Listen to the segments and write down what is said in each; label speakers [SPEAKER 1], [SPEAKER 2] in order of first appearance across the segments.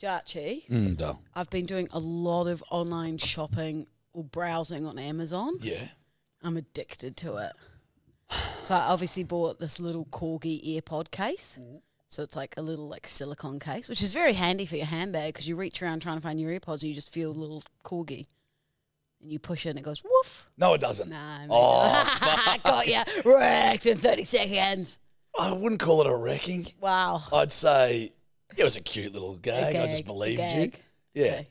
[SPEAKER 1] Jachi,
[SPEAKER 2] Mm, duh.
[SPEAKER 1] I've been doing a lot of online shopping or browsing on Amazon.
[SPEAKER 2] Yeah.
[SPEAKER 1] I'm addicted to it. So I obviously bought this little corgi earpod case. So it's like a little like silicone case, which is very handy for your handbag because you reach around trying to find your earpods and you just feel a little corgi, and you push it and it goes woof.
[SPEAKER 2] No, it doesn't.
[SPEAKER 1] Nah, mate.
[SPEAKER 2] oh, fuck.
[SPEAKER 1] got ya wrecked in thirty seconds.
[SPEAKER 2] I wouldn't call it a wrecking.
[SPEAKER 1] Wow.
[SPEAKER 2] I'd say it was a cute little gag. I
[SPEAKER 1] gag, a
[SPEAKER 2] just believed you.
[SPEAKER 1] gag.
[SPEAKER 2] Yeah.
[SPEAKER 1] Okay.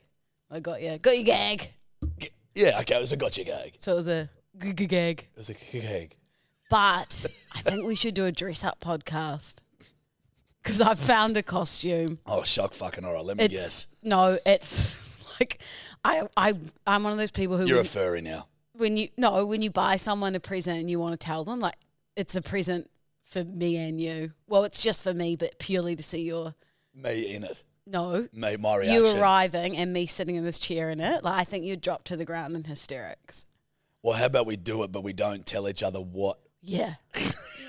[SPEAKER 1] I got you. Got your gag.
[SPEAKER 2] G- Yeah, okay, it was a gotcha gag. It
[SPEAKER 1] So it was a g- g- gag.
[SPEAKER 2] was a g- gag.
[SPEAKER 1] But I think we should do a dress up podcast because I found a costume.
[SPEAKER 2] Oh, shock fucking. All right, let me
[SPEAKER 1] It's
[SPEAKER 2] guess.
[SPEAKER 1] no, it's like I I I'm one of those people who
[SPEAKER 2] You're a
[SPEAKER 1] when,
[SPEAKER 2] furry now.
[SPEAKER 1] when you no when you buy someone a present and you want to tell them like it's a present for me and you. Well, it's just for me, but purely to see your
[SPEAKER 2] Me in it.
[SPEAKER 1] no.
[SPEAKER 2] Me, my reaction.
[SPEAKER 1] You arriving and me sitting in this chair in it, like I think you'd drop to the ground in hysterics.
[SPEAKER 2] Well, how about we do it, but we don't tell each other what?
[SPEAKER 1] Yeah.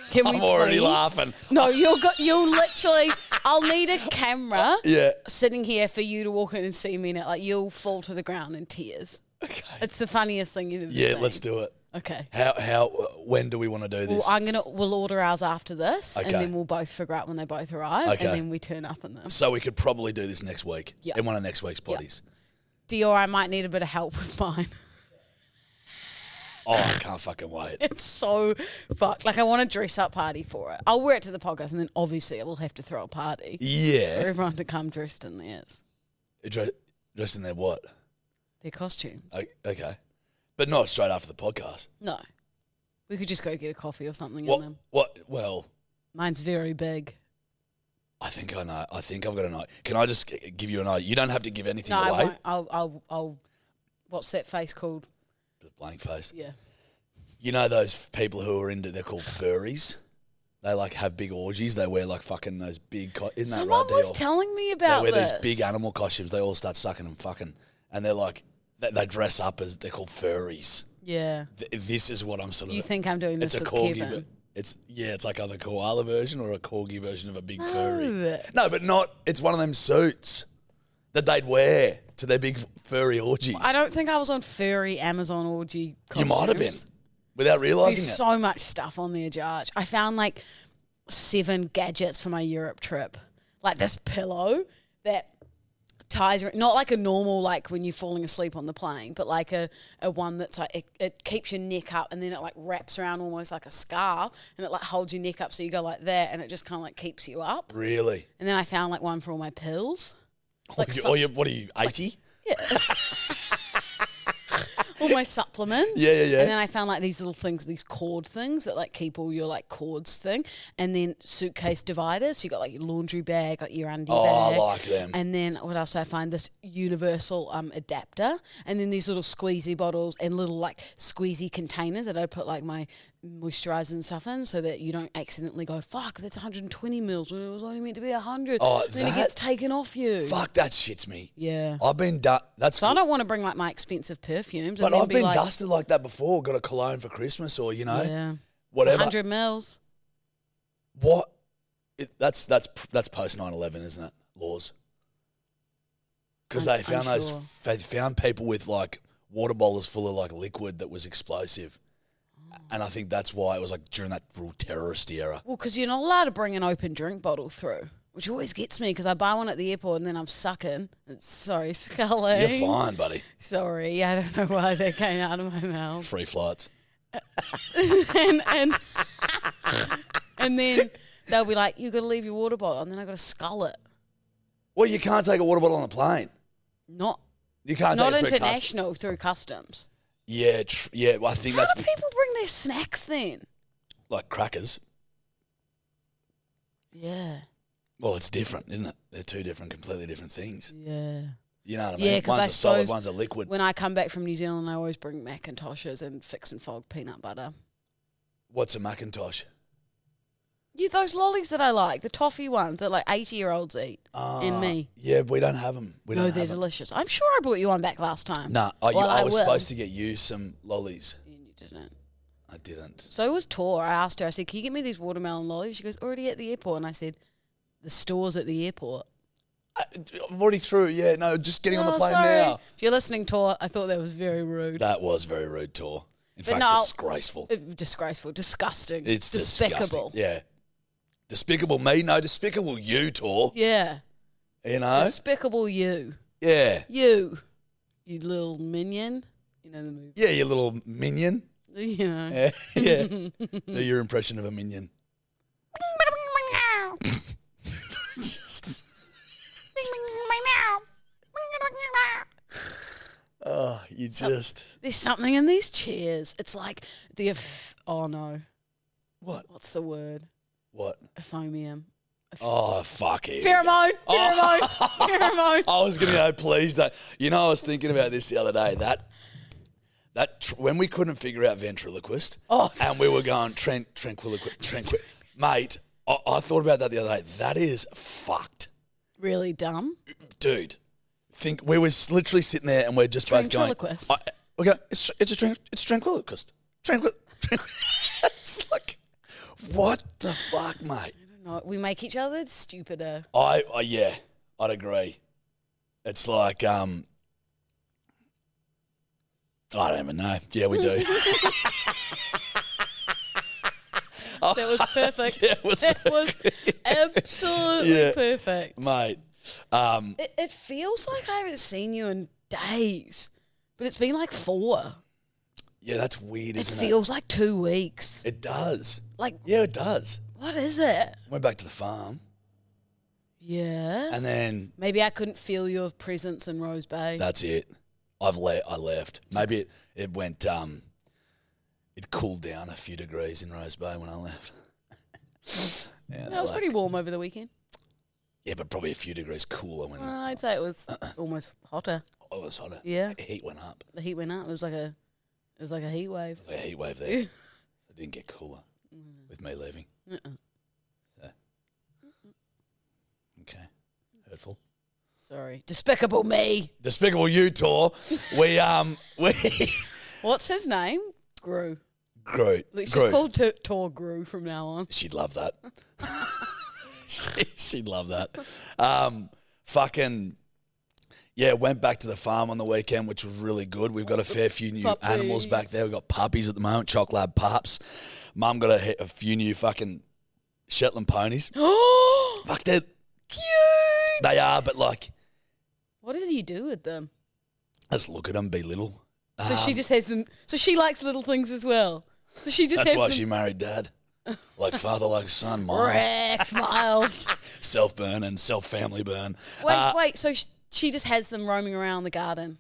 [SPEAKER 1] Can
[SPEAKER 2] I'm already
[SPEAKER 1] please?
[SPEAKER 2] laughing.
[SPEAKER 1] No, you'll go, you'll literally. I'll need a camera
[SPEAKER 2] Oh, Yeah.
[SPEAKER 1] sitting here for you to walk in and see me in it. Like you'll fall to the ground in tears.
[SPEAKER 2] Okay.
[SPEAKER 1] It's the funniest thing you've ever
[SPEAKER 2] yeah,
[SPEAKER 1] seen.
[SPEAKER 2] let's do it.
[SPEAKER 1] Okay.
[SPEAKER 2] How? How? When do we want to do
[SPEAKER 1] Well,
[SPEAKER 2] this?
[SPEAKER 1] I'm gonna. We'll order ours after this,
[SPEAKER 2] Okay.
[SPEAKER 1] and then we'll both figure out when they both arrive,
[SPEAKER 2] Okay.
[SPEAKER 1] and then we turn up in them.
[SPEAKER 2] so we could probably do this next week
[SPEAKER 1] Yeah.
[SPEAKER 2] in one of next week's
[SPEAKER 1] Yeah.
[SPEAKER 2] potties.
[SPEAKER 1] Dior, I might need a bit of help with mine.
[SPEAKER 2] Oh, I can't fucking wait.
[SPEAKER 1] It's so fucked. Like I want a dress up party for it. I'll wear it to the podcast, and then obviously I will have to throw a party for
[SPEAKER 2] Yeah.
[SPEAKER 1] everyone to come dressed in theirs,
[SPEAKER 2] Dress, dressed in their what?
[SPEAKER 1] their costume.
[SPEAKER 2] O- Okay. But not straight after the podcast.
[SPEAKER 1] No, we could just go get a coffee or something in
[SPEAKER 2] What?
[SPEAKER 1] them.
[SPEAKER 2] What? Well,
[SPEAKER 1] Mine's very big.
[SPEAKER 2] I think I know. I think I've got an idea. Can I just g- give you an idea? You don't have to give anything
[SPEAKER 1] No, I
[SPEAKER 2] away.
[SPEAKER 1] won't. I'll, I'll, I'll. What's that face called?
[SPEAKER 2] Blank face.
[SPEAKER 1] Yeah.
[SPEAKER 2] You know those f- people who are into? They're called furries. They like have big orgies. They wear like fucking those big. Co- isn't
[SPEAKER 1] Someone
[SPEAKER 2] that right? They
[SPEAKER 1] was
[SPEAKER 2] all-
[SPEAKER 1] telling me
[SPEAKER 2] They
[SPEAKER 1] about
[SPEAKER 2] wear
[SPEAKER 1] this.
[SPEAKER 2] these big animal costumes. They all start sucking and fucking, and they're like they, they dress up as they're called furries.
[SPEAKER 1] Yeah.
[SPEAKER 2] Th- This is what I'm sort of.
[SPEAKER 1] You think I'm doing this
[SPEAKER 2] it's a
[SPEAKER 1] with
[SPEAKER 2] corgi?
[SPEAKER 1] Kevin?
[SPEAKER 2] ver- It's yeah. It's like either koala version or a corgi version of a big
[SPEAKER 1] No.
[SPEAKER 2] furry. No, but not. It's one of them suits that they'd wear to their big furry orgies.
[SPEAKER 1] I don't think I was on furry Amazon orgy.
[SPEAKER 2] You
[SPEAKER 1] Costumes.
[SPEAKER 2] might have been without realizing
[SPEAKER 1] There's
[SPEAKER 2] it.
[SPEAKER 1] so much stuff on there, Jarge. I found like seven gadgets for my Europe trip, like this pillow that ties ar- not like a normal like when you're falling asleep on the plane, but like a, a one that's like it, it keeps your neck up and then it like wraps around almost like a scarf and it like holds your neck up so you go like that and it just kind of like keeps you up.
[SPEAKER 2] really?
[SPEAKER 1] And then I found like one for all my pills.
[SPEAKER 2] Like you, or you, what are you? Eighty?
[SPEAKER 1] all my supplements.
[SPEAKER 2] Yeah, yeah, yeah.
[SPEAKER 1] And then I found like these little things, these cord things that like keep all your like cords thing, and then suitcase dividers. So you got like your laundry bag, like your undie
[SPEAKER 2] Oh, I
[SPEAKER 1] bag.
[SPEAKER 2] like them.
[SPEAKER 1] And then what else? Did I find this universal um, adapter, and then these little squeezy bottles and little like squeezy containers that I put like my moisturizer and stuff in so that you don't accidentally go, fuck, that's 120 mils when it was only meant to be 100.
[SPEAKER 2] Oh,
[SPEAKER 1] and then it
[SPEAKER 2] that-
[SPEAKER 1] gets taken off you.
[SPEAKER 2] Fuck, that shits me.
[SPEAKER 1] Yeah.
[SPEAKER 2] I've been du- that's
[SPEAKER 1] So I don't want to bring like my expensive perfumes.
[SPEAKER 2] but
[SPEAKER 1] and then
[SPEAKER 2] I've
[SPEAKER 1] be
[SPEAKER 2] been
[SPEAKER 1] like,
[SPEAKER 2] dusted like that before. Got a cologne for Christmas or you know
[SPEAKER 1] Yeah.
[SPEAKER 2] whatever.
[SPEAKER 1] 100 mils.
[SPEAKER 2] What? It, that's that's that's post 9-11, isn't it? Laws. Because
[SPEAKER 1] I'm-
[SPEAKER 2] they found
[SPEAKER 1] I'm
[SPEAKER 2] those
[SPEAKER 1] sure.
[SPEAKER 2] they found people with like water bottles full of like liquid that was explosive,
[SPEAKER 1] Oh.
[SPEAKER 2] and I think that's why it was like during that real terrorist era.
[SPEAKER 1] Well, because you're not allowed to bring an open drink bottle through, which always gets me because I buy one at the airport and then I'm sucking. It's so sculling.
[SPEAKER 2] You're fine, buddy.
[SPEAKER 1] Sorry, I don't know why that came out of my mouth.
[SPEAKER 2] Free flights.
[SPEAKER 1] and and and then they'll be like, "You got to leave your water bottle," and then I got to scull it.
[SPEAKER 2] Well, you can't take a water bottle on a plane.
[SPEAKER 1] Not
[SPEAKER 2] You can't
[SPEAKER 1] not
[SPEAKER 2] take it through customs.
[SPEAKER 1] international through customs.
[SPEAKER 2] Yeah, tr- yeah. Well, I think
[SPEAKER 1] How
[SPEAKER 2] that's
[SPEAKER 1] do people bring their snacks then?
[SPEAKER 2] like crackers.
[SPEAKER 1] Yeah,
[SPEAKER 2] Well, it's different, isn't it? They're two different, completely different things.
[SPEAKER 1] yeah,
[SPEAKER 2] You know what I mean?
[SPEAKER 1] yeah. Because
[SPEAKER 2] one's
[SPEAKER 1] I
[SPEAKER 2] a solid,
[SPEAKER 1] suppose
[SPEAKER 2] one's a liquid.
[SPEAKER 1] When I come back from New Zealand, I always bring Macintoshes and fix and fold peanut butter.
[SPEAKER 2] What's a Macintosh?
[SPEAKER 1] You those lollies that I like, the toffee ones that like eighty year olds eat, and
[SPEAKER 2] Ah,
[SPEAKER 1] me.
[SPEAKER 2] Yeah, we don't have them. We
[SPEAKER 1] no,
[SPEAKER 2] don't
[SPEAKER 1] they're
[SPEAKER 2] have them.
[SPEAKER 1] delicious. I'm sure I brought you one back last time.
[SPEAKER 2] Nah, I, you-
[SPEAKER 1] Well,
[SPEAKER 2] I
[SPEAKER 1] I
[SPEAKER 2] was
[SPEAKER 1] will.
[SPEAKER 2] supposed to get you some lollies.
[SPEAKER 1] And you didn't.
[SPEAKER 2] I didn't.
[SPEAKER 1] So it was Tor. I asked her, I said, Can you get me these watermelon lollies? She goes, Already at the airport. And I said, The store's at the airport.
[SPEAKER 2] I, I'm already through. Yeah, no, just getting on
[SPEAKER 1] Oh,
[SPEAKER 2] the plane
[SPEAKER 1] sorry.
[SPEAKER 2] now.
[SPEAKER 1] If you're listening, Tor, I thought that was very rude.
[SPEAKER 2] That was very rude, Tor. In
[SPEAKER 1] But
[SPEAKER 2] fact,
[SPEAKER 1] no.
[SPEAKER 2] disgraceful.
[SPEAKER 1] Uh, Disgraceful, disgusting.
[SPEAKER 2] It's
[SPEAKER 1] despicable.
[SPEAKER 2] Disgusting. Yeah, despicable me. No, despicable you, Tor.
[SPEAKER 1] Yeah.
[SPEAKER 2] You know.
[SPEAKER 1] Despicable you.
[SPEAKER 2] yeah.
[SPEAKER 1] You. You little minion. You know the movie.
[SPEAKER 2] Yeah, you little minion.
[SPEAKER 1] You know.
[SPEAKER 2] Yeah. yeah. Do your impression of a minion. Oh, you just
[SPEAKER 1] There's something in these chairs. It's like the. Eff- oh no.
[SPEAKER 2] what?
[SPEAKER 1] What's the word?
[SPEAKER 2] What?
[SPEAKER 1] Ephomium.
[SPEAKER 2] Oh, fuck it.
[SPEAKER 1] Pheromone. Pheromone.
[SPEAKER 2] Oh.
[SPEAKER 1] Pheromone.
[SPEAKER 2] I was gonna go. Please don't. You know, I was thinking about this the other day. That that tr- when we couldn't figure out ventriloquist,
[SPEAKER 1] Oh.
[SPEAKER 2] and we were going Trent tranquiliquist, tranquil, mate. I, I thought about that the other day. That is fucked,
[SPEAKER 1] Really dumb.
[SPEAKER 2] dude. Think we were s- literally sitting there and we're just both going.
[SPEAKER 1] Tranquiliquist.
[SPEAKER 2] I, we go. It's tr- it's a tran- it's tranquiliquist. Tranquil. tranquil. it's like what the fuck, mate.
[SPEAKER 1] No, we make each other stupider.
[SPEAKER 2] I, I yeah, I'd agree. It's like um, I don't even know. Yeah, we do.
[SPEAKER 1] That was perfect.
[SPEAKER 2] Oh, Yeah, it was
[SPEAKER 1] that was absolutely
[SPEAKER 2] Yeah.
[SPEAKER 1] perfect.
[SPEAKER 2] mate. Um,
[SPEAKER 1] It, it feels like I haven't seen you in days, but it's been like four.
[SPEAKER 2] yeah, that's weird,
[SPEAKER 1] It
[SPEAKER 2] isn't
[SPEAKER 1] feels like two weeks.
[SPEAKER 2] it? It does.
[SPEAKER 1] Like,
[SPEAKER 2] Yeah, it does.
[SPEAKER 1] what is it?
[SPEAKER 2] Went back to the farm,
[SPEAKER 1] Yeah.
[SPEAKER 2] and then
[SPEAKER 1] Maybe I couldn't feel your presence in Rose Bay.
[SPEAKER 2] that's it. I've le- I left. Maybe it it went um, it cooled down a few degrees in Rose Bay when I left. yeah,
[SPEAKER 1] No, it was
[SPEAKER 2] like-
[SPEAKER 1] pretty warm over the weekend.
[SPEAKER 2] Yeah, but probably a few degrees cooler when
[SPEAKER 1] Uh, I'd say it was almost hotter.
[SPEAKER 2] oh, it was hotter.
[SPEAKER 1] Yeah.
[SPEAKER 2] The heat went up.
[SPEAKER 1] The heat went up. It was like a, it was like a heat wave.
[SPEAKER 2] It was like a heat wave there. it didn't get cooler
[SPEAKER 1] Mm.
[SPEAKER 2] with me leaving.
[SPEAKER 1] Uh-uh.
[SPEAKER 2] Okay. Hurtful.
[SPEAKER 1] Sorry, despicable me.
[SPEAKER 2] Despicable You tour. We um we
[SPEAKER 1] What's his name? Gru.
[SPEAKER 2] Groot.
[SPEAKER 1] Let's
[SPEAKER 2] Groot.
[SPEAKER 1] just call T- Tor Gru from now on.
[SPEAKER 2] She'd love that. she, she'd love that. Um, fucking, yeah, went back to the farm on the weekend, which was really good. We've got a fair few new animals back there. We've got puppies at the moment, chocolate lab pups. Mum got a, he- a few new fucking Shetland ponies.
[SPEAKER 1] what
[SPEAKER 2] Fuck, they're cute. They are, but like,
[SPEAKER 1] did you do with them?
[SPEAKER 2] I just look at them, be little.
[SPEAKER 1] So she
[SPEAKER 2] Um,
[SPEAKER 1] just has them. So she likes little things as well. So she just
[SPEAKER 2] That's
[SPEAKER 1] has
[SPEAKER 2] why
[SPEAKER 1] them.
[SPEAKER 2] she married dad. Like father, like son, miles.
[SPEAKER 1] Wrecked, Miles.
[SPEAKER 2] Self burn and self family burn.
[SPEAKER 1] Wait,
[SPEAKER 2] Uh,
[SPEAKER 1] wait. So she, she just has them roaming around the garden.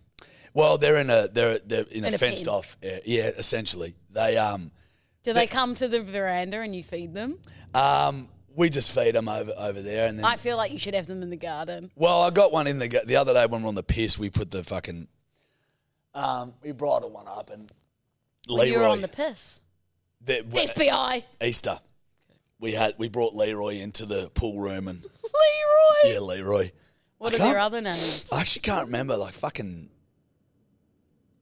[SPEAKER 2] Well, they're in a they're they're in,
[SPEAKER 1] In
[SPEAKER 2] a
[SPEAKER 1] a
[SPEAKER 2] fenced
[SPEAKER 1] pen.
[SPEAKER 2] off off. Yeah, essentially, they um
[SPEAKER 1] Do they come to the veranda and you feed them?
[SPEAKER 2] um we just feed them over over there, and then
[SPEAKER 1] I feel like you should have them in the garden.
[SPEAKER 2] well, I got one in the ga- the other day when we are on the piss. We put the fucking um we brought one up and
[SPEAKER 1] When
[SPEAKER 2] Leroy.
[SPEAKER 1] you're on the piss.
[SPEAKER 2] The, we-
[SPEAKER 1] FBI.
[SPEAKER 2] Easter. We had we brought Leroy into the pool room and
[SPEAKER 1] Leroy.
[SPEAKER 2] yeah, Leroy.
[SPEAKER 1] What
[SPEAKER 2] I
[SPEAKER 1] are their
[SPEAKER 2] can't-
[SPEAKER 1] other names?
[SPEAKER 2] I actually can't remember. Like fucking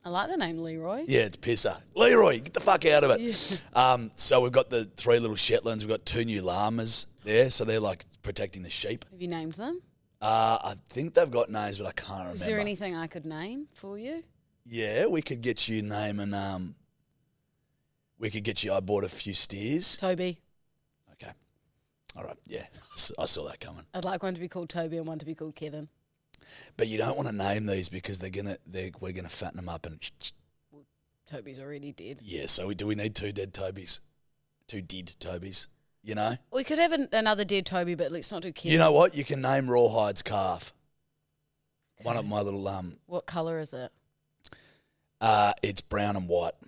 [SPEAKER 1] I like the name Leroy.
[SPEAKER 2] yeah, it's pisser. Leroy, get the fuck out of it. Um, so we've got the three little Shetlands. We've got two new llamas there, so they're like protecting the sheep.
[SPEAKER 1] Have you named them?
[SPEAKER 2] Uh, I think they've got names, but I can't remember.
[SPEAKER 1] Is there anything I could name for you?
[SPEAKER 2] Yeah, we could get you name and um, we could get you. I bought a few steers.
[SPEAKER 1] Toby.
[SPEAKER 2] Okay, all right. Yeah, I saw that coming.
[SPEAKER 1] I'd like one to be called Toby and one to be called Kevin.
[SPEAKER 2] But you don't want to name these because they're gonna they we're gonna fatten them up and
[SPEAKER 1] Toby's already dead.
[SPEAKER 2] yeah. So we, do we need two dead Tobys, two dead Tobys? You know.
[SPEAKER 1] We could have an, another dead Toby, but let's not do Kevin.
[SPEAKER 2] You know what? You can name Rawhide's calf. One of my little um,
[SPEAKER 1] what color is it?
[SPEAKER 2] uh, it's brown and white.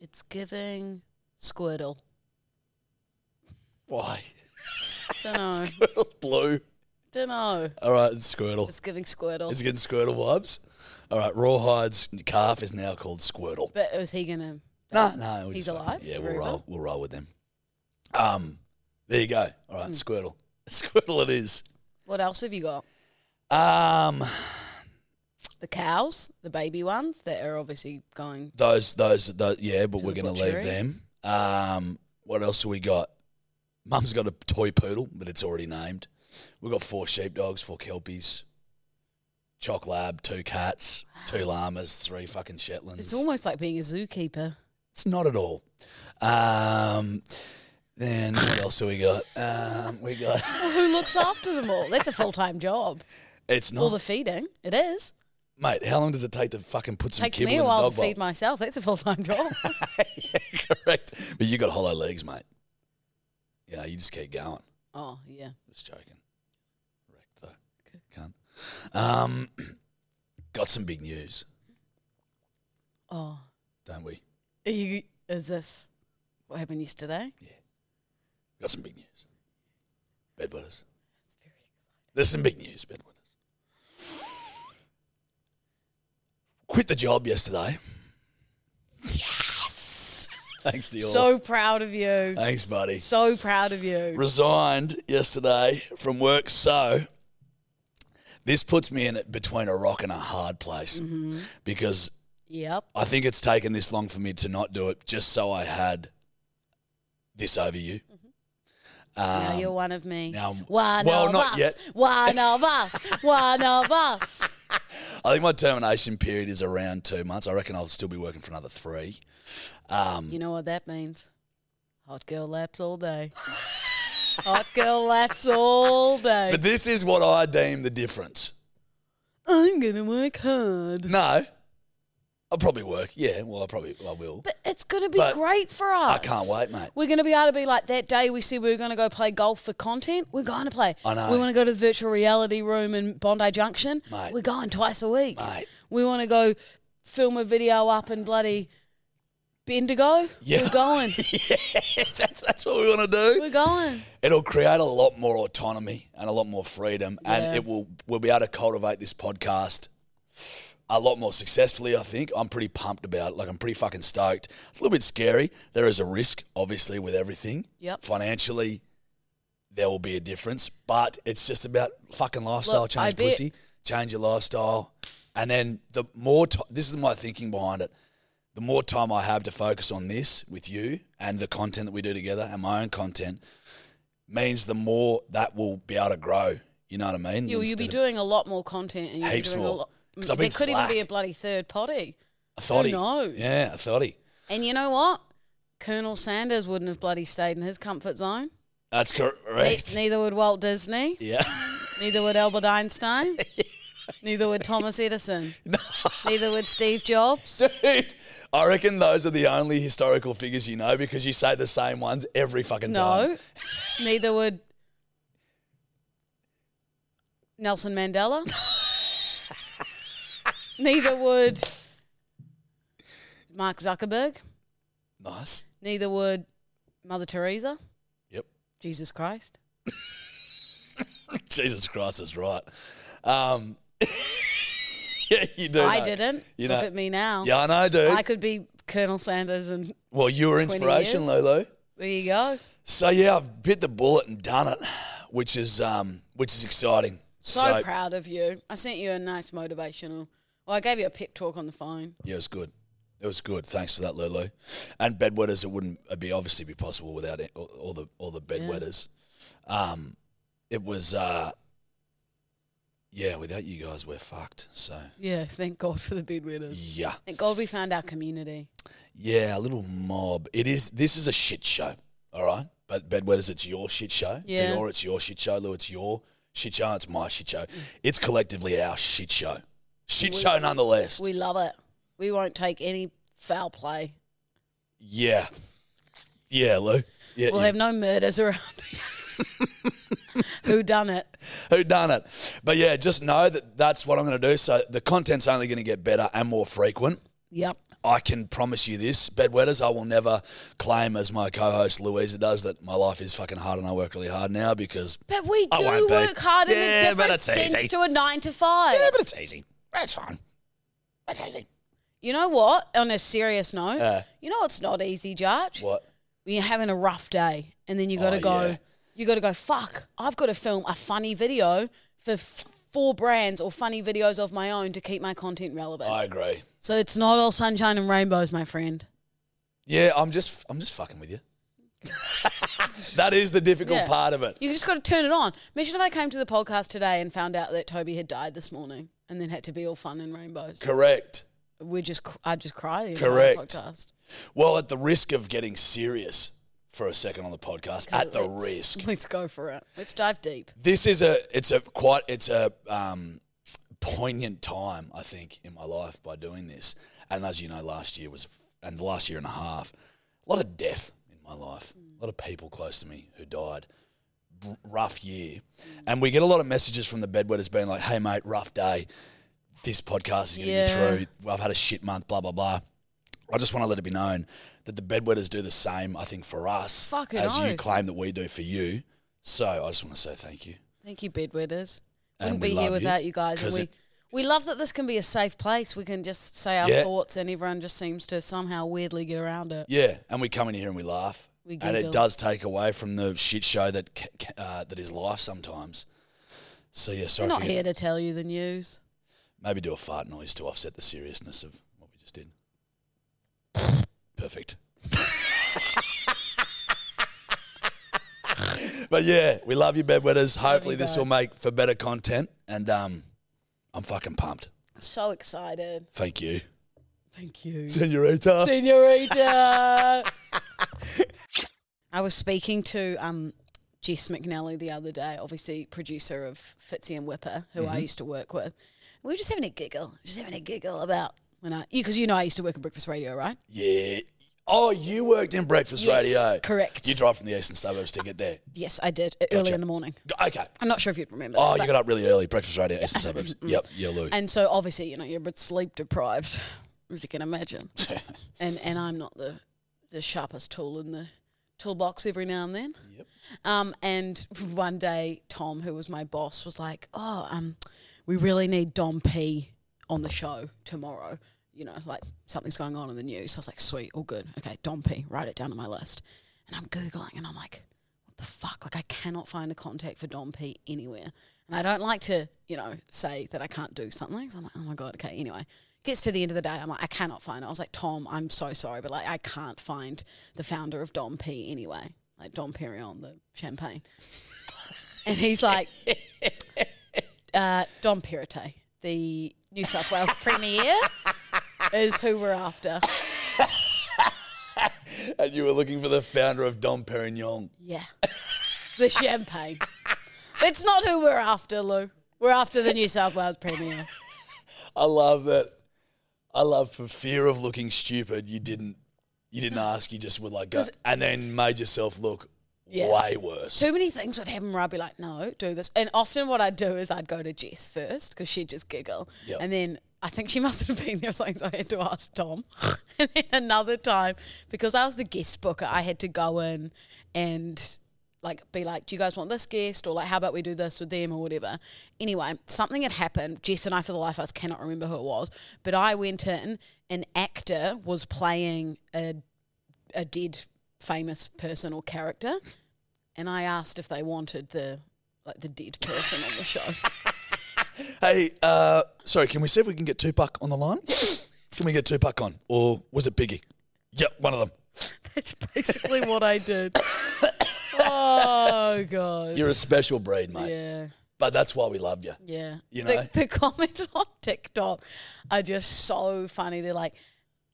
[SPEAKER 1] It's giving Squirtle.
[SPEAKER 2] Why?
[SPEAKER 1] Dunno.
[SPEAKER 2] Squirtle's blue.
[SPEAKER 1] Dunno.
[SPEAKER 2] All right, it's Squirtle.
[SPEAKER 1] It's giving Squirtle.
[SPEAKER 2] It's getting Squirtle vibes. All right, Rawhide's calf is now called Squirtle.
[SPEAKER 1] but is he gonna?
[SPEAKER 2] No, no, we'll
[SPEAKER 1] He's
[SPEAKER 2] just fucking-
[SPEAKER 1] alive,
[SPEAKER 2] Yeah, we'll
[SPEAKER 1] Reuben?
[SPEAKER 2] roll. We'll roll with them. Um, there you go.
[SPEAKER 1] Hmm.
[SPEAKER 2] All right, Squirtle. Squirtle, it is.
[SPEAKER 1] What else have you got?
[SPEAKER 2] Um,
[SPEAKER 1] The cows, the baby ones that are obviously going.
[SPEAKER 2] those, those, those yeah, but
[SPEAKER 1] To
[SPEAKER 2] we're
[SPEAKER 1] the
[SPEAKER 2] going to leave
[SPEAKER 1] butchery.
[SPEAKER 2] them. Um, what else have we got? Mum's got a toy poodle, but it's already named. We've got four sheepdogs, four kelpies, chock lab, two cats, two llamas, three fucking Shetlands.
[SPEAKER 1] It's almost like being a zookeeper.
[SPEAKER 2] It's not at all. Um, then what else do we got? Um, we got.
[SPEAKER 1] Well, who looks after them all? That's a full time job.
[SPEAKER 2] It's not,
[SPEAKER 1] All the feeding. It is.
[SPEAKER 2] mate. How long does it take to fucking put some
[SPEAKER 1] Takes
[SPEAKER 2] kibble
[SPEAKER 1] me
[SPEAKER 2] in
[SPEAKER 1] a while
[SPEAKER 2] dog
[SPEAKER 1] to
[SPEAKER 2] bowl?
[SPEAKER 1] feed myself. That's a full time job.
[SPEAKER 2] Yeah, correct. But you got hollow legs, mate. Yeah, you just keep going.
[SPEAKER 1] oh yeah.
[SPEAKER 2] Just joking. Wrecked though. Can't. Um, got some big news,
[SPEAKER 1] Oh,
[SPEAKER 2] don't we?
[SPEAKER 1] are you, is this what happened yesterday?
[SPEAKER 2] Got some big news. Bedwetters. There's some big news, bedwetters. Quit the job yesterday.
[SPEAKER 1] Yes.
[SPEAKER 2] Thanks, Dior.
[SPEAKER 1] So proud of you.
[SPEAKER 2] Thanks, buddy.
[SPEAKER 1] So proud of you.
[SPEAKER 2] Resigned yesterday from work, so this puts me in it between a rock and a hard place because
[SPEAKER 1] Mm-hmm. Yep.
[SPEAKER 2] I think it's taken this long for me to not do it just so I had this over you.
[SPEAKER 1] Mm-hmm. now
[SPEAKER 2] Um,
[SPEAKER 1] you're one of me.
[SPEAKER 2] now I'm-
[SPEAKER 1] one
[SPEAKER 2] well,
[SPEAKER 1] of
[SPEAKER 2] not
[SPEAKER 1] us.
[SPEAKER 2] yet.
[SPEAKER 1] One of us. One of us.
[SPEAKER 2] I think my termination period is around two months. I reckon I'll still be working for another three. Um,
[SPEAKER 1] You know what that means? Hot girl laps all day. Hot girl laps all day.
[SPEAKER 2] but this is what I deem the difference.
[SPEAKER 1] I'm gonna work hard.
[SPEAKER 2] No, I'll probably work. Yeah, well, I probably I will.
[SPEAKER 1] But it's gonna be
[SPEAKER 2] But
[SPEAKER 1] great for us.
[SPEAKER 2] I can't wait, mate.
[SPEAKER 1] We're gonna be able to be like that day we said we were gonna go play golf for content. We're going to play.
[SPEAKER 2] I know.
[SPEAKER 1] We want to go to the virtual reality room in Bondi Junction.
[SPEAKER 2] Mate.
[SPEAKER 1] We're going twice a week.
[SPEAKER 2] Mate.
[SPEAKER 1] We want to go film a video up in bloody Bendigo.
[SPEAKER 2] Yeah.
[SPEAKER 1] We're going.
[SPEAKER 2] yeah, that's that's what we want to do.
[SPEAKER 1] We're going.
[SPEAKER 2] It'll create a lot more autonomy and a lot more freedom,
[SPEAKER 1] Yeah.
[SPEAKER 2] and it will we'll be able to cultivate this podcast a lot more successfully. I think I'm pretty pumped about it. Like I'm pretty fucking stoked. It's a little bit scary. There is a risk, obviously, with everything.
[SPEAKER 1] Yep.
[SPEAKER 2] Financially, there will be a difference, but it's just about fucking lifestyle
[SPEAKER 1] Look, I
[SPEAKER 2] change,
[SPEAKER 1] bet-
[SPEAKER 2] pussy. Change your lifestyle, and then the more. T- this is my thinking behind it. The more time I have to focus on this with you and the content that we do together and my own content, means the more that will be able to grow. You know what I mean?
[SPEAKER 1] You'll, you'll
[SPEAKER 2] Instead
[SPEAKER 1] be
[SPEAKER 2] of
[SPEAKER 1] doing a lot more content and you'll
[SPEAKER 2] Heaps
[SPEAKER 1] be doing
[SPEAKER 2] more.
[SPEAKER 1] a lot.
[SPEAKER 2] 'Cause I've
[SPEAKER 1] there
[SPEAKER 2] been
[SPEAKER 1] could even be
[SPEAKER 2] slack.
[SPEAKER 1] a bloody third potty.
[SPEAKER 2] a thotty.
[SPEAKER 1] knows?
[SPEAKER 2] Yeah, a thotty.
[SPEAKER 1] And you know what? Colonel Sanders wouldn't have bloody stayed in his comfort zone.
[SPEAKER 2] That's correct.
[SPEAKER 1] Ne- neither would Walt Disney.
[SPEAKER 2] yeah.
[SPEAKER 1] Neither would Albert Einstein. neither would Thomas Edison. Neither would Steve Jobs.
[SPEAKER 2] Dude, I reckon those are the only historical figures you know because you say the same ones every fucking time.
[SPEAKER 1] No. neither would Nelson Mandela. neither would Mark Zuckerberg.
[SPEAKER 2] Nice.
[SPEAKER 1] Neither would Mother Teresa.
[SPEAKER 2] Yep.
[SPEAKER 1] Jesus Christ.
[SPEAKER 2] Jesus Christ is right. Um, yeah, you do.
[SPEAKER 1] I
[SPEAKER 2] know.
[SPEAKER 1] didn't.
[SPEAKER 2] You
[SPEAKER 1] Look
[SPEAKER 2] know.
[SPEAKER 1] at me now.
[SPEAKER 2] Yeah, I know, dude.
[SPEAKER 1] I could be Colonel Sanders, and
[SPEAKER 2] well, you were
[SPEAKER 1] 20
[SPEAKER 2] inspiration,
[SPEAKER 1] years.
[SPEAKER 2] Lolo.
[SPEAKER 1] there you go.
[SPEAKER 2] So yeah, I've bit the bullet and done it, which is um, which is exciting.
[SPEAKER 1] So, proud of you. I sent you a nice motivational. Well, I gave you a pep talk on the phone.
[SPEAKER 2] Yeah, it was good. It was good. Thanks for that, Lolo. And bedwetters, it wouldn't it'd be obviously be possible without it, all, all the all the bedwetters. Um, it was, uh, yeah. Without you guys, we're fucked. So
[SPEAKER 1] Yeah, thank God for the bedwetters.
[SPEAKER 2] yeah,
[SPEAKER 1] Thank God we found our community.
[SPEAKER 2] yeah. A little mob. It is. This is a shit show. All right, but bedwetters, it's your shit show.
[SPEAKER 1] Yeah.
[SPEAKER 2] Dior, it's your shit show. Lou, it's your shit show. It's my shit show. It's collectively our shit show. Shit
[SPEAKER 1] We-
[SPEAKER 2] show nonetheless.
[SPEAKER 1] We love it. We won't take any foul play.
[SPEAKER 2] yeah, yeah, Lou. Yeah,
[SPEAKER 1] We'll
[SPEAKER 2] you-
[SPEAKER 1] have no murders around. Who done it?
[SPEAKER 2] who done it but yeah just know that that's what i'm going to do so the content's only going to get better and more frequent
[SPEAKER 1] Yep.
[SPEAKER 2] i can promise you this bedwetters i will never claim as my co-host louisa does that my life is fucking hard and i work really hard now because
[SPEAKER 1] But we
[SPEAKER 2] Oh, I
[SPEAKER 1] do
[SPEAKER 2] won't be.
[SPEAKER 1] work hard in
[SPEAKER 2] Yeah,
[SPEAKER 1] a
[SPEAKER 2] but
[SPEAKER 1] different
[SPEAKER 2] it's
[SPEAKER 1] sense
[SPEAKER 2] easy.
[SPEAKER 1] to a nine to five.
[SPEAKER 2] yeah but it's easy that's fine that's easy
[SPEAKER 1] You know what? On a serious note,
[SPEAKER 2] Uh.
[SPEAKER 1] you know it's not easy, Judge.
[SPEAKER 2] what
[SPEAKER 1] When you're having a rough day, and then you got to
[SPEAKER 2] Oh,
[SPEAKER 1] go,
[SPEAKER 2] yeah.
[SPEAKER 1] you got to go. Fuck! I've got to film a funny video for f- four brands or funny videos of my own to keep my content relevant.
[SPEAKER 2] i agree
[SPEAKER 1] so it's not all sunshine and rainbows, my friend.
[SPEAKER 2] yeah i'm just i'm just fucking with you that is the difficult
[SPEAKER 1] Yeah.
[SPEAKER 2] part of it
[SPEAKER 1] You just got to turn it on. Imagine if I came to the podcast today and found out that Toby had died this morning, and then had to be all fun and rainbows.
[SPEAKER 2] correct
[SPEAKER 1] We're just, cr- I'd just cry. The entire
[SPEAKER 2] Correct.
[SPEAKER 1] Podcast.
[SPEAKER 2] well at the risk of getting serious for a second on the podcast at the
[SPEAKER 1] Let's-
[SPEAKER 2] risk
[SPEAKER 1] Let's go for it. Let's dive deep.
[SPEAKER 2] this is a it's a quite it's a um, poignant time I think in my life by doing this. And as you know, last year was and the last year and a half, a lot of death in my life, a lot of people close to me who died. R- rough year, and we get a lot of messages from the bedwetters being like, "Hey mate, rough day. This podcast is getting
[SPEAKER 1] Yeah.
[SPEAKER 2] you through. I've had a shit month. Blah blah blah." I just want to let it be known that the bedwetters do the same. I think for us,
[SPEAKER 1] Fucking
[SPEAKER 2] as you
[SPEAKER 1] oath.
[SPEAKER 2] claim that we do for you. So I just want to say thank you.
[SPEAKER 1] Thank you, bedwetters.
[SPEAKER 2] And
[SPEAKER 1] Wouldn't
[SPEAKER 2] we
[SPEAKER 1] be here
[SPEAKER 2] love you,
[SPEAKER 1] without you, guys.
[SPEAKER 2] 'cause
[SPEAKER 1] And we,
[SPEAKER 2] it-
[SPEAKER 1] we love that this can be a safe place. We can just say our
[SPEAKER 2] Yeah.
[SPEAKER 1] thoughts, and everyone just seems to somehow weirdly get around it.
[SPEAKER 2] Yeah, and we come in here and we laugh,
[SPEAKER 1] We
[SPEAKER 2] and it
[SPEAKER 1] giggle.
[SPEAKER 2] does take away from the shit show that ca- ca- uh, that is life sometimes. So yeah,
[SPEAKER 1] We're
[SPEAKER 2] sorry.
[SPEAKER 1] not
[SPEAKER 2] if you-
[SPEAKER 1] here to tell you the news.
[SPEAKER 2] Maybe do a fart noise to offset the seriousness of what we just did. Perfect. but yeah, we love you, bedwetters. Hopefully,
[SPEAKER 1] you
[SPEAKER 2] this will
[SPEAKER 1] guys.
[SPEAKER 2] make for better content, and um, I'm fucking pumped.
[SPEAKER 1] So excited.
[SPEAKER 2] Thank you,
[SPEAKER 1] Thank you.
[SPEAKER 2] Senorita.
[SPEAKER 1] Senorita. I was speaking to um, Jess McNally the other day, obviously producer of Fitzy and Whipper, who I used to work with. We were just having a giggle, just having a giggle about when I, because you know I used to work in Breakfast Radio, right?
[SPEAKER 2] Yeah. Oh, you worked in breakfast
[SPEAKER 1] Yes,
[SPEAKER 2] radio.
[SPEAKER 1] correct.
[SPEAKER 2] You drive from the eastern suburbs to get there.
[SPEAKER 1] Yes, I did uh, early in the morning.
[SPEAKER 2] Okay.
[SPEAKER 1] I'm not sure if you'd remember.
[SPEAKER 2] Oh,
[SPEAKER 1] that,
[SPEAKER 2] you
[SPEAKER 1] but-
[SPEAKER 2] got up really early. Breakfast radio, eastern suburbs. Yep. Yeah, Lou.
[SPEAKER 1] Mm. And so obviously, you know, you're a bit sleep deprived, as you can imagine. and and I'm not the the sharpest tool in the toolbox every now and then. Yep. Um, and one day, Tom, who was my boss, was like, "Oh, um, we really need Dom P on the show tomorrow. You know, like something's going on in the news." I was like, "Sweet, all good. Okay, Dom P, write it down on my list." And I'm googling, and I'm like, "What the fuck? Like, I cannot find a contact for Dom P anywhere." And I don't like to, you know, say that I can't do something. So I'm like, "Oh my god, okay." Anyway, gets to the end of the day, I'm like, I cannot find it. I was like, Tom, I'm so sorry, but like, I can't find the founder of Dom P anyway, like Dom Perignon, the champagne. and he's like, uh, Dom Perite, the New South Wales premier, is who we're after.
[SPEAKER 2] And you were looking for the founder of Dom Perignon.
[SPEAKER 1] Yeah, the champagne. It's not who we're after, Lou. We're after the New South Wales premier.
[SPEAKER 2] I love that. I love for fear of looking stupid, you didn't you didn't
[SPEAKER 1] Uh,
[SPEAKER 2] ask, you just would like go and then made yourself look
[SPEAKER 1] Yeah.
[SPEAKER 2] way worse.
[SPEAKER 1] too many things would happen where I'd be like, no, do this. And often what I'd do is I'd go to Jess first because she'd just giggle.
[SPEAKER 2] Yep.
[SPEAKER 1] And then I think she must have been there or something, so I had to ask Tom. and then another time, because I was the guest booker, I had to go in and like be like, do you guys want this guest or like how about we do this with them or whatever. Anyway, something had happened. Jess and I, for the life of us, cannot remember who it was, but I went in. An actor was playing a a dead famous person or character, and I asked if they wanted the like the dead person on the show.
[SPEAKER 2] Hey, uh, sorry, can we see if we can get Tupac on the line? can we get Tupac on? Or was it Biggie? Yep, one of them.
[SPEAKER 1] That's basically what I did. oh god.
[SPEAKER 2] You're a special breed, mate.
[SPEAKER 1] yeah.
[SPEAKER 2] But that's why we love you.
[SPEAKER 1] Yeah.
[SPEAKER 2] You know?
[SPEAKER 1] the, the comments on TikTok are just so funny. They're like,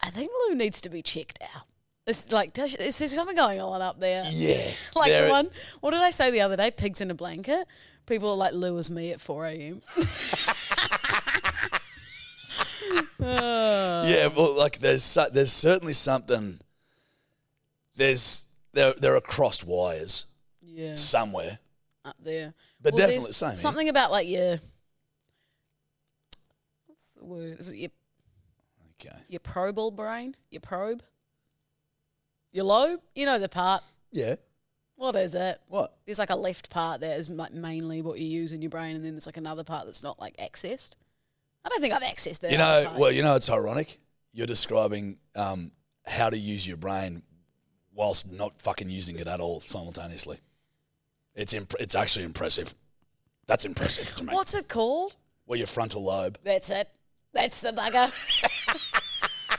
[SPEAKER 1] I think Lou needs to be checked out. It's like, does, is there something going on up there?
[SPEAKER 2] Yeah.
[SPEAKER 1] Like
[SPEAKER 2] There-
[SPEAKER 1] the one, what did I say the other day? Pigs in a blanket. People are like, Lou is me at 4 a.m.
[SPEAKER 2] Yeah, well, like there's so- there's certainly something. There's there there are crossed wires
[SPEAKER 1] yeah,
[SPEAKER 2] somewhere.
[SPEAKER 1] up there.
[SPEAKER 2] But
[SPEAKER 1] there's
[SPEAKER 2] definitely same here.
[SPEAKER 1] Something about like your, what's the word? Is it your,
[SPEAKER 2] Okay.
[SPEAKER 1] your probal brain? Your probe? Your lobe? You know the part.
[SPEAKER 2] Yeah.
[SPEAKER 1] What is it?
[SPEAKER 2] What?
[SPEAKER 1] there's like a left part that is like mainly what you use in your brain, and then there's like another part that's not like accessed. I don't think I've accessed that.
[SPEAKER 2] you
[SPEAKER 1] other
[SPEAKER 2] know,
[SPEAKER 1] part.
[SPEAKER 2] well, you know, it's ironic. You're describing um, how to use your brain whilst not fucking using it at all simultaneously. It's imp- it's actually impressive. That's impressive to me.
[SPEAKER 1] what's it called?
[SPEAKER 2] Well, your frontal lobe.
[SPEAKER 1] That's it. That's the bugger.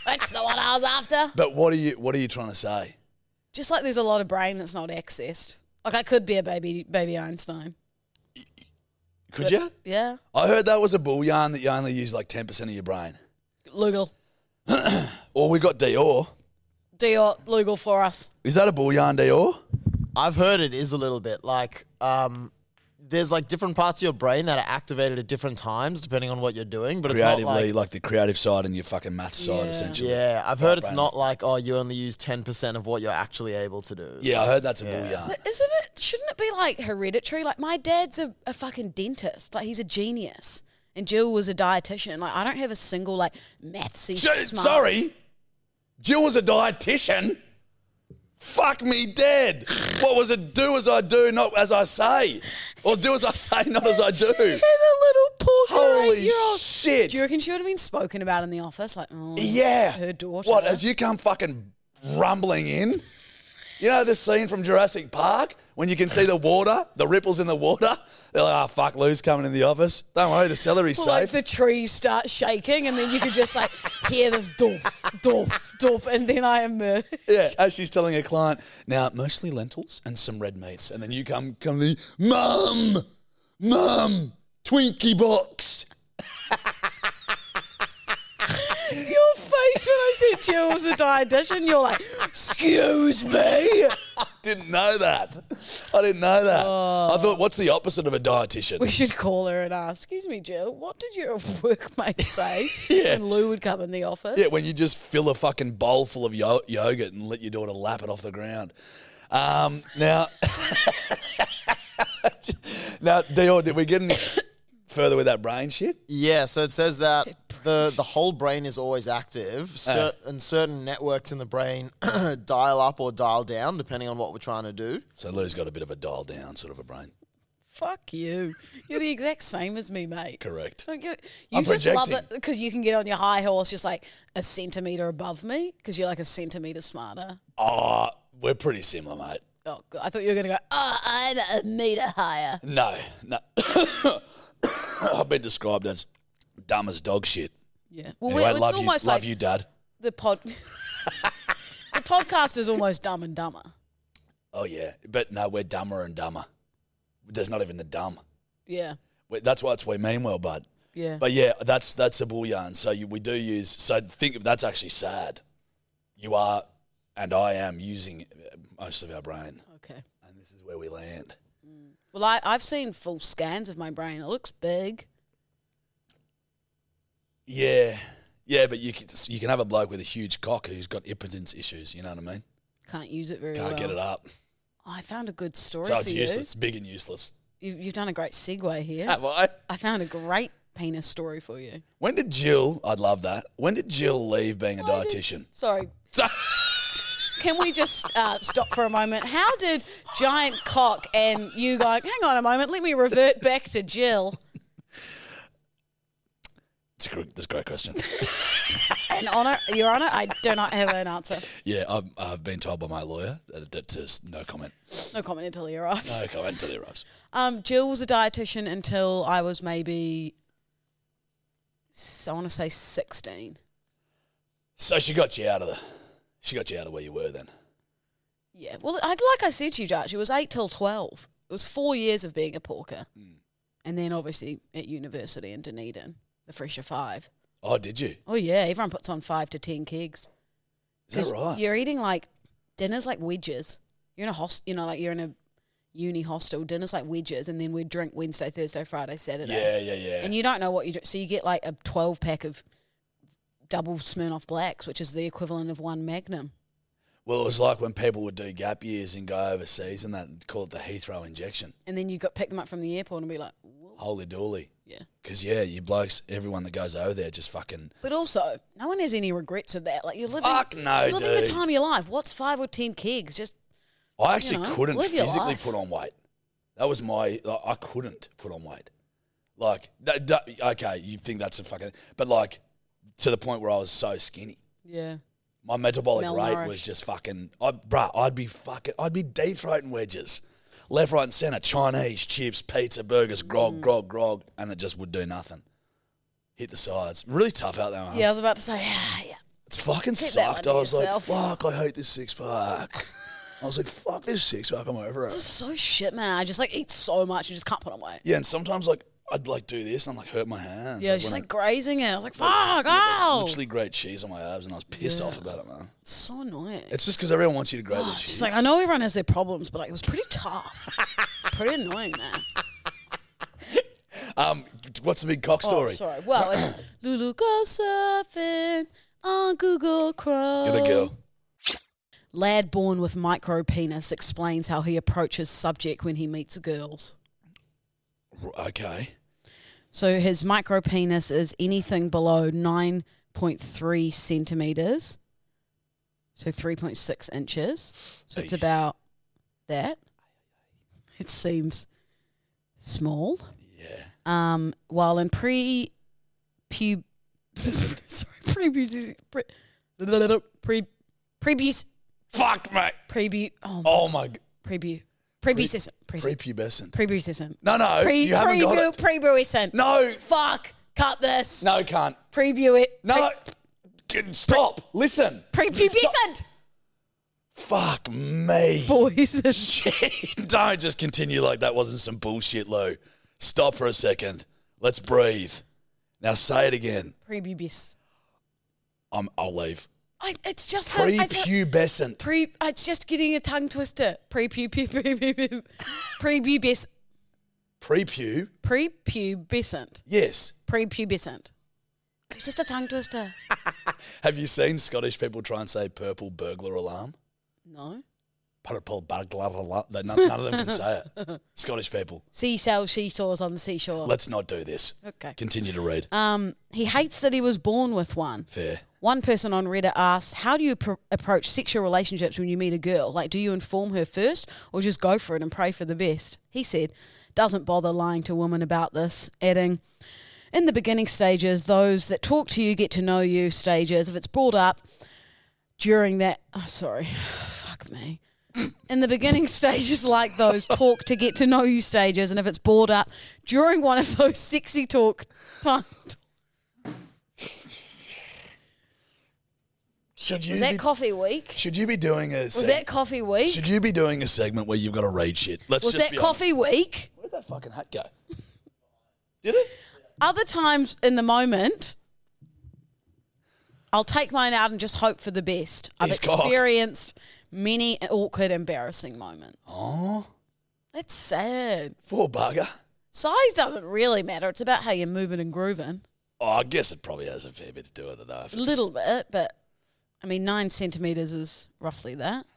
[SPEAKER 1] that's the one I was after.
[SPEAKER 2] But what are you what are you trying to say?
[SPEAKER 1] Just like there's a lot of brain that's not accessed. Like I could be a baby, baby Einstein.
[SPEAKER 2] Could
[SPEAKER 1] But-
[SPEAKER 2] you?
[SPEAKER 1] Yeah,
[SPEAKER 2] I heard that was a bull yarn that you only use like ten percent of your brain.
[SPEAKER 1] Lugal.
[SPEAKER 2] Or we got Dior.
[SPEAKER 1] Do your Lugal for us.
[SPEAKER 2] Is that a bull yarn, Dior?
[SPEAKER 3] I've heard it is a little bit like um, there's like different parts of your brain that are activated at different times depending on what you're doing, but
[SPEAKER 2] Creatively,
[SPEAKER 3] it's not
[SPEAKER 2] like,
[SPEAKER 3] like.
[SPEAKER 2] the creative side and your fucking math
[SPEAKER 1] Yeah.
[SPEAKER 2] side, essentially.
[SPEAKER 3] Yeah, I've heard it's
[SPEAKER 2] brain.
[SPEAKER 3] not like oh you only use ten percent of what you're actually able to do.
[SPEAKER 2] Yeah, I heard that's a bull
[SPEAKER 3] Yeah.
[SPEAKER 2] yarn.
[SPEAKER 1] But isn't it? Shouldn't it be like hereditary? Like my dad's a, a fucking dentist. Like he's a genius. And Jill was a dietitian. Like I don't have a single like mathsy.
[SPEAKER 2] J-
[SPEAKER 1] smart-
[SPEAKER 2] Sorry, Jill was a dietitian. Fuck me dead. What was it? Do as I do, not as I say, or do as I say, not as I
[SPEAKER 1] She had a
[SPEAKER 2] do.
[SPEAKER 1] little poor
[SPEAKER 2] Holy
[SPEAKER 1] eight-year-old.
[SPEAKER 2] shit.
[SPEAKER 1] Do you reckon she would have been spoken about in the office? Like, oh,
[SPEAKER 2] Yeah.
[SPEAKER 1] her daughter.
[SPEAKER 2] What? As you come fucking rumbling in. You know the scene from Jurassic Park when you can see the water, the ripples in the water. They're like, "Ah, fuck, Lou's coming in the office. Don't worry, the celery's
[SPEAKER 1] like
[SPEAKER 2] safe."
[SPEAKER 1] the trees start shaking, and then you could just like hear this doof, doof, doof, and then I emerge.
[SPEAKER 2] Yeah, as she's telling her client, now mostly lentils and some red meats, and then you come come the mum, mum, Twinkie box.
[SPEAKER 1] Your face when I said Jill was a dietitian, you're like,
[SPEAKER 2] Excuse me. didn't know that. I didn't know that. I thought, what's the opposite of a
[SPEAKER 1] Oh. we
[SPEAKER 2] dietitian?
[SPEAKER 1] should call her and ask, excuse me, Jill, what did your workmate say?
[SPEAKER 2] Yeah.
[SPEAKER 1] And Lou would come in the office.
[SPEAKER 2] Yeah, when you just fill a fucking bowl full of yo- yogurt and let your daughter lap it off the ground. Um, now, now, Dior, did we get any further with that brain shit?
[SPEAKER 3] Yeah, so it says that the the whole brain is always active,
[SPEAKER 2] Uh.
[SPEAKER 3] cer- and certain networks in the brain dial up or dial down depending on what we're trying to do.
[SPEAKER 2] So Lou's got a bit of a dial down sort of a brain.
[SPEAKER 1] Fuck you. You're the exact same as me, mate.
[SPEAKER 2] Correct.
[SPEAKER 1] Don't get it. You
[SPEAKER 2] I'm
[SPEAKER 1] just love it
[SPEAKER 2] projecting.
[SPEAKER 1] because you can get on your high horse just like a centimeter above me because you're like a centimeter smarter.
[SPEAKER 2] Oh, we're pretty similar, mate.
[SPEAKER 1] Oh, God. I thought you were going to go, oh, I'm a meter higher.
[SPEAKER 2] No, no. I've been described as dumb as dog shit.
[SPEAKER 1] Yeah. Well,
[SPEAKER 2] Anyway,
[SPEAKER 1] we-
[SPEAKER 2] I
[SPEAKER 1] it's
[SPEAKER 2] love you,
[SPEAKER 1] almost
[SPEAKER 2] love
[SPEAKER 1] like
[SPEAKER 2] you, Dad.
[SPEAKER 1] the pod. the podcast is almost dumb and dumber.
[SPEAKER 2] Oh yeah, but no, we're dumber and dumber. There's not even a dumb.
[SPEAKER 1] Yeah.
[SPEAKER 2] We- That's why it's we mean well, bud.
[SPEAKER 1] Yeah.
[SPEAKER 2] But yeah, that's that's a bull yarn. So you, we do use. So think of that's actually sad. You are, and I am using uh, most of our brain,
[SPEAKER 1] okay.
[SPEAKER 2] and this is where we land.
[SPEAKER 1] Well, I, I've seen full scans of my brain. It looks big.
[SPEAKER 2] Yeah, yeah, but you can you can have a bloke with a huge cock who's got impotence issues. You know what I mean?
[SPEAKER 1] Can't use it very
[SPEAKER 2] Can't
[SPEAKER 1] well.
[SPEAKER 2] get it up,
[SPEAKER 1] Oh, I found a good story
[SPEAKER 2] so
[SPEAKER 1] for
[SPEAKER 2] it's
[SPEAKER 1] you.
[SPEAKER 2] useless. It's big and useless.
[SPEAKER 1] you. You've done a great segue here.
[SPEAKER 2] Have I?
[SPEAKER 1] I found a great penis story for you.
[SPEAKER 2] When did Jill? I'd love that. When did Jill leave being a dietitian?
[SPEAKER 1] Sorry.
[SPEAKER 2] So-
[SPEAKER 1] can we just uh, stop for a moment? How did giant cock and you going? Hang on a moment. Let me revert back to Jill.
[SPEAKER 2] It's a great, that's a great question.
[SPEAKER 1] And honor, Your Honor, I do not have an answer.
[SPEAKER 2] yeah, I've, I've been told by my lawyer that, that to, no comment.
[SPEAKER 1] No comment until he arrives.
[SPEAKER 2] No comment until he arrives.
[SPEAKER 1] Um, Jill was a dietitian until I was maybe, s- I want to say sixteen.
[SPEAKER 2] So she got you out of the, she got you out of where you were then.
[SPEAKER 1] Yeah. Well, I, like I said to you, Dutch, it was eight till twelve. It was four years of being a porker,
[SPEAKER 2] Mm.
[SPEAKER 1] and then obviously at university in Dunedin, the Fresher Five.
[SPEAKER 2] Oh, did you?
[SPEAKER 1] Oh yeah, everyone puts on five to ten kegs.
[SPEAKER 2] Is
[SPEAKER 1] 'Cause
[SPEAKER 2] that right?
[SPEAKER 1] You're eating like dinners like wedges. You're in a host, you know, like you're in a uni hostel. Dinners like wedges, and then we drink Wednesday, Thursday, Friday, Saturday.
[SPEAKER 2] Yeah, yeah, yeah.
[SPEAKER 1] And you don't know what you do. So you get like a 12 pack of double Smirnoff Blacks, which is the equivalent of one Magnum.
[SPEAKER 2] well, it was like when people would do gap years and go overseas and that and call it the Heathrow injection.
[SPEAKER 1] And then you got pick them up from the airport and be like, Whoa.
[SPEAKER 2] Holy dooly.
[SPEAKER 1] yeah.
[SPEAKER 2] Because, yeah, you blokes, everyone that goes over there just fucking.
[SPEAKER 1] But also, no one has any regrets of that. Like you're living,
[SPEAKER 2] Fuck no,
[SPEAKER 1] you're living
[SPEAKER 2] dude.
[SPEAKER 1] the time of your life. What's five or ten kegs? Just
[SPEAKER 2] I actually
[SPEAKER 1] know,
[SPEAKER 2] couldn't
[SPEAKER 1] live your
[SPEAKER 2] physically
[SPEAKER 1] life.
[SPEAKER 2] put on weight. That was my. Like, I couldn't put on weight. Like, d- d- okay, you think that's a fucking. But, like, to the point where I was so skinny.
[SPEAKER 1] yeah.
[SPEAKER 2] My metabolic rate
[SPEAKER 1] Malnourished.
[SPEAKER 2] was just fucking. I, bruh, I'd be fucking. I'd be deep throating wedges, left, right, and center. Chinese chips, pizza, burgers,
[SPEAKER 1] Mm.
[SPEAKER 2] grog, grog, grog, and it just would do nothing. Hit the sides. Really tough out there. man.
[SPEAKER 1] Yeah, I was about to say, ah, yeah.
[SPEAKER 2] It's fucking
[SPEAKER 1] Keep that one
[SPEAKER 2] sucked.
[SPEAKER 1] to
[SPEAKER 2] I was
[SPEAKER 1] yourself.
[SPEAKER 2] like, fuck, I hate this six pack. I was like, fuck this six pack. I'm over
[SPEAKER 1] This is
[SPEAKER 2] it.
[SPEAKER 1] so shit, man. I just like eat so much and just can't put on weight.
[SPEAKER 2] Yeah, and sometimes like I'd like do this and I'm like hurt my hands.
[SPEAKER 1] Yeah, just
[SPEAKER 2] when
[SPEAKER 1] like
[SPEAKER 2] I-
[SPEAKER 1] grazing it. I was like, fuck, ow.
[SPEAKER 2] Literally great cheese on my abs, and I was pissed off about it, man.
[SPEAKER 1] so annoying.
[SPEAKER 2] It's just because everyone wants you to grate the cheese.
[SPEAKER 1] Ah, She's like, I know everyone has their problems, but like it was pretty tough. pretty annoying, man.
[SPEAKER 2] um, what's the big cock
[SPEAKER 1] Oh,
[SPEAKER 2] story?
[SPEAKER 1] sorry. Well, it's Lulu go surfing on Google Chrome.
[SPEAKER 2] Gotta go.
[SPEAKER 1] Lad born with micro penis explains how he approaches subject when he meets girls.
[SPEAKER 2] R- Okay.
[SPEAKER 1] So his micro penis is anything below nine point three centimeters, so three point six inches. So it's
[SPEAKER 2] Eesh.
[SPEAKER 1] about that. It seems small.
[SPEAKER 2] Yeah.
[SPEAKER 1] um, while in pre pub sorry prepubes pre pre prepubes
[SPEAKER 2] Fuck, mate.
[SPEAKER 1] prebu oh, my
[SPEAKER 2] Oh my. g-
[SPEAKER 1] prebu prepubescent pubescent
[SPEAKER 2] Prepubescent.
[SPEAKER 1] prepubescent
[SPEAKER 2] No, no.
[SPEAKER 1] pre
[SPEAKER 2] you haven't got
[SPEAKER 1] prebu
[SPEAKER 2] it.
[SPEAKER 1] prepubescent
[SPEAKER 2] No.
[SPEAKER 1] fuck cut this
[SPEAKER 2] No, can't.
[SPEAKER 1] prebu it
[SPEAKER 2] No. G- Uh, Stop. Listen.
[SPEAKER 1] Pre- prepubescent
[SPEAKER 2] Fuck me.
[SPEAKER 1] boys
[SPEAKER 2] Shit. Don't just continue like that wasn't some bullshit, Lou. Stop for a second. Let's breathe. Now say it again.
[SPEAKER 1] prepubes
[SPEAKER 2] I'm, I'll leave.
[SPEAKER 1] I, it's just how- it's how-
[SPEAKER 2] Prepubescent.
[SPEAKER 1] pre uh, it's just getting a tongue twister prepu prepubes prepubes
[SPEAKER 2] Prepu.
[SPEAKER 1] prepubescent
[SPEAKER 2] Yes.
[SPEAKER 1] prepubescent. It's just a tongue twister.
[SPEAKER 2] Have you seen Scottish people try and say purple burglar alarm?
[SPEAKER 1] no.
[SPEAKER 2] Purple burglar alarm. They- None, none of them can say it. Scottish people.
[SPEAKER 1] Seashells, seesaws on the seashore.
[SPEAKER 2] Let's not do this.
[SPEAKER 1] okay.
[SPEAKER 2] Continue to read.
[SPEAKER 1] Um, he hates that he was born with one.
[SPEAKER 2] Fair.
[SPEAKER 1] One person on Reddit asked, "How do you pr- approach sexual relationships when you meet a girl? Like, do you inform her first, or just go for it and pray for the best?" He said, "Doesn't bother lying to women about this." Adding, "In the beginning stages, those that talk to you get to know you stages. If it's brought up during that, oh, sorry, fuck me." in the beginning stages like those talk to get to know you stages and if it's bored up during one of those sexy talk time
[SPEAKER 2] Should you
[SPEAKER 1] was
[SPEAKER 2] be,
[SPEAKER 1] that coffee week
[SPEAKER 2] should you be doing a
[SPEAKER 1] was that coffee week
[SPEAKER 2] should you be doing a segment where you've got to read shit? Let's
[SPEAKER 1] was
[SPEAKER 2] just
[SPEAKER 1] that
[SPEAKER 2] be honest.
[SPEAKER 1] coffee week
[SPEAKER 2] Where'd that fucking hat go? Did it?
[SPEAKER 1] other times in the moment I'll take mine out and just hope for the best. I've
[SPEAKER 2] His cock.
[SPEAKER 1] experienced many awkward, embarrassing moments.
[SPEAKER 2] Oh,
[SPEAKER 1] That's sad.
[SPEAKER 2] poor bugger.
[SPEAKER 1] Size doesn't really matter. It's about how you're moving and grooving.
[SPEAKER 2] Oh, I guess it probably has a fair bit to do with it though. if
[SPEAKER 1] A
[SPEAKER 2] it's-
[SPEAKER 1] little bit, but I mean, nine centimeters is roughly that.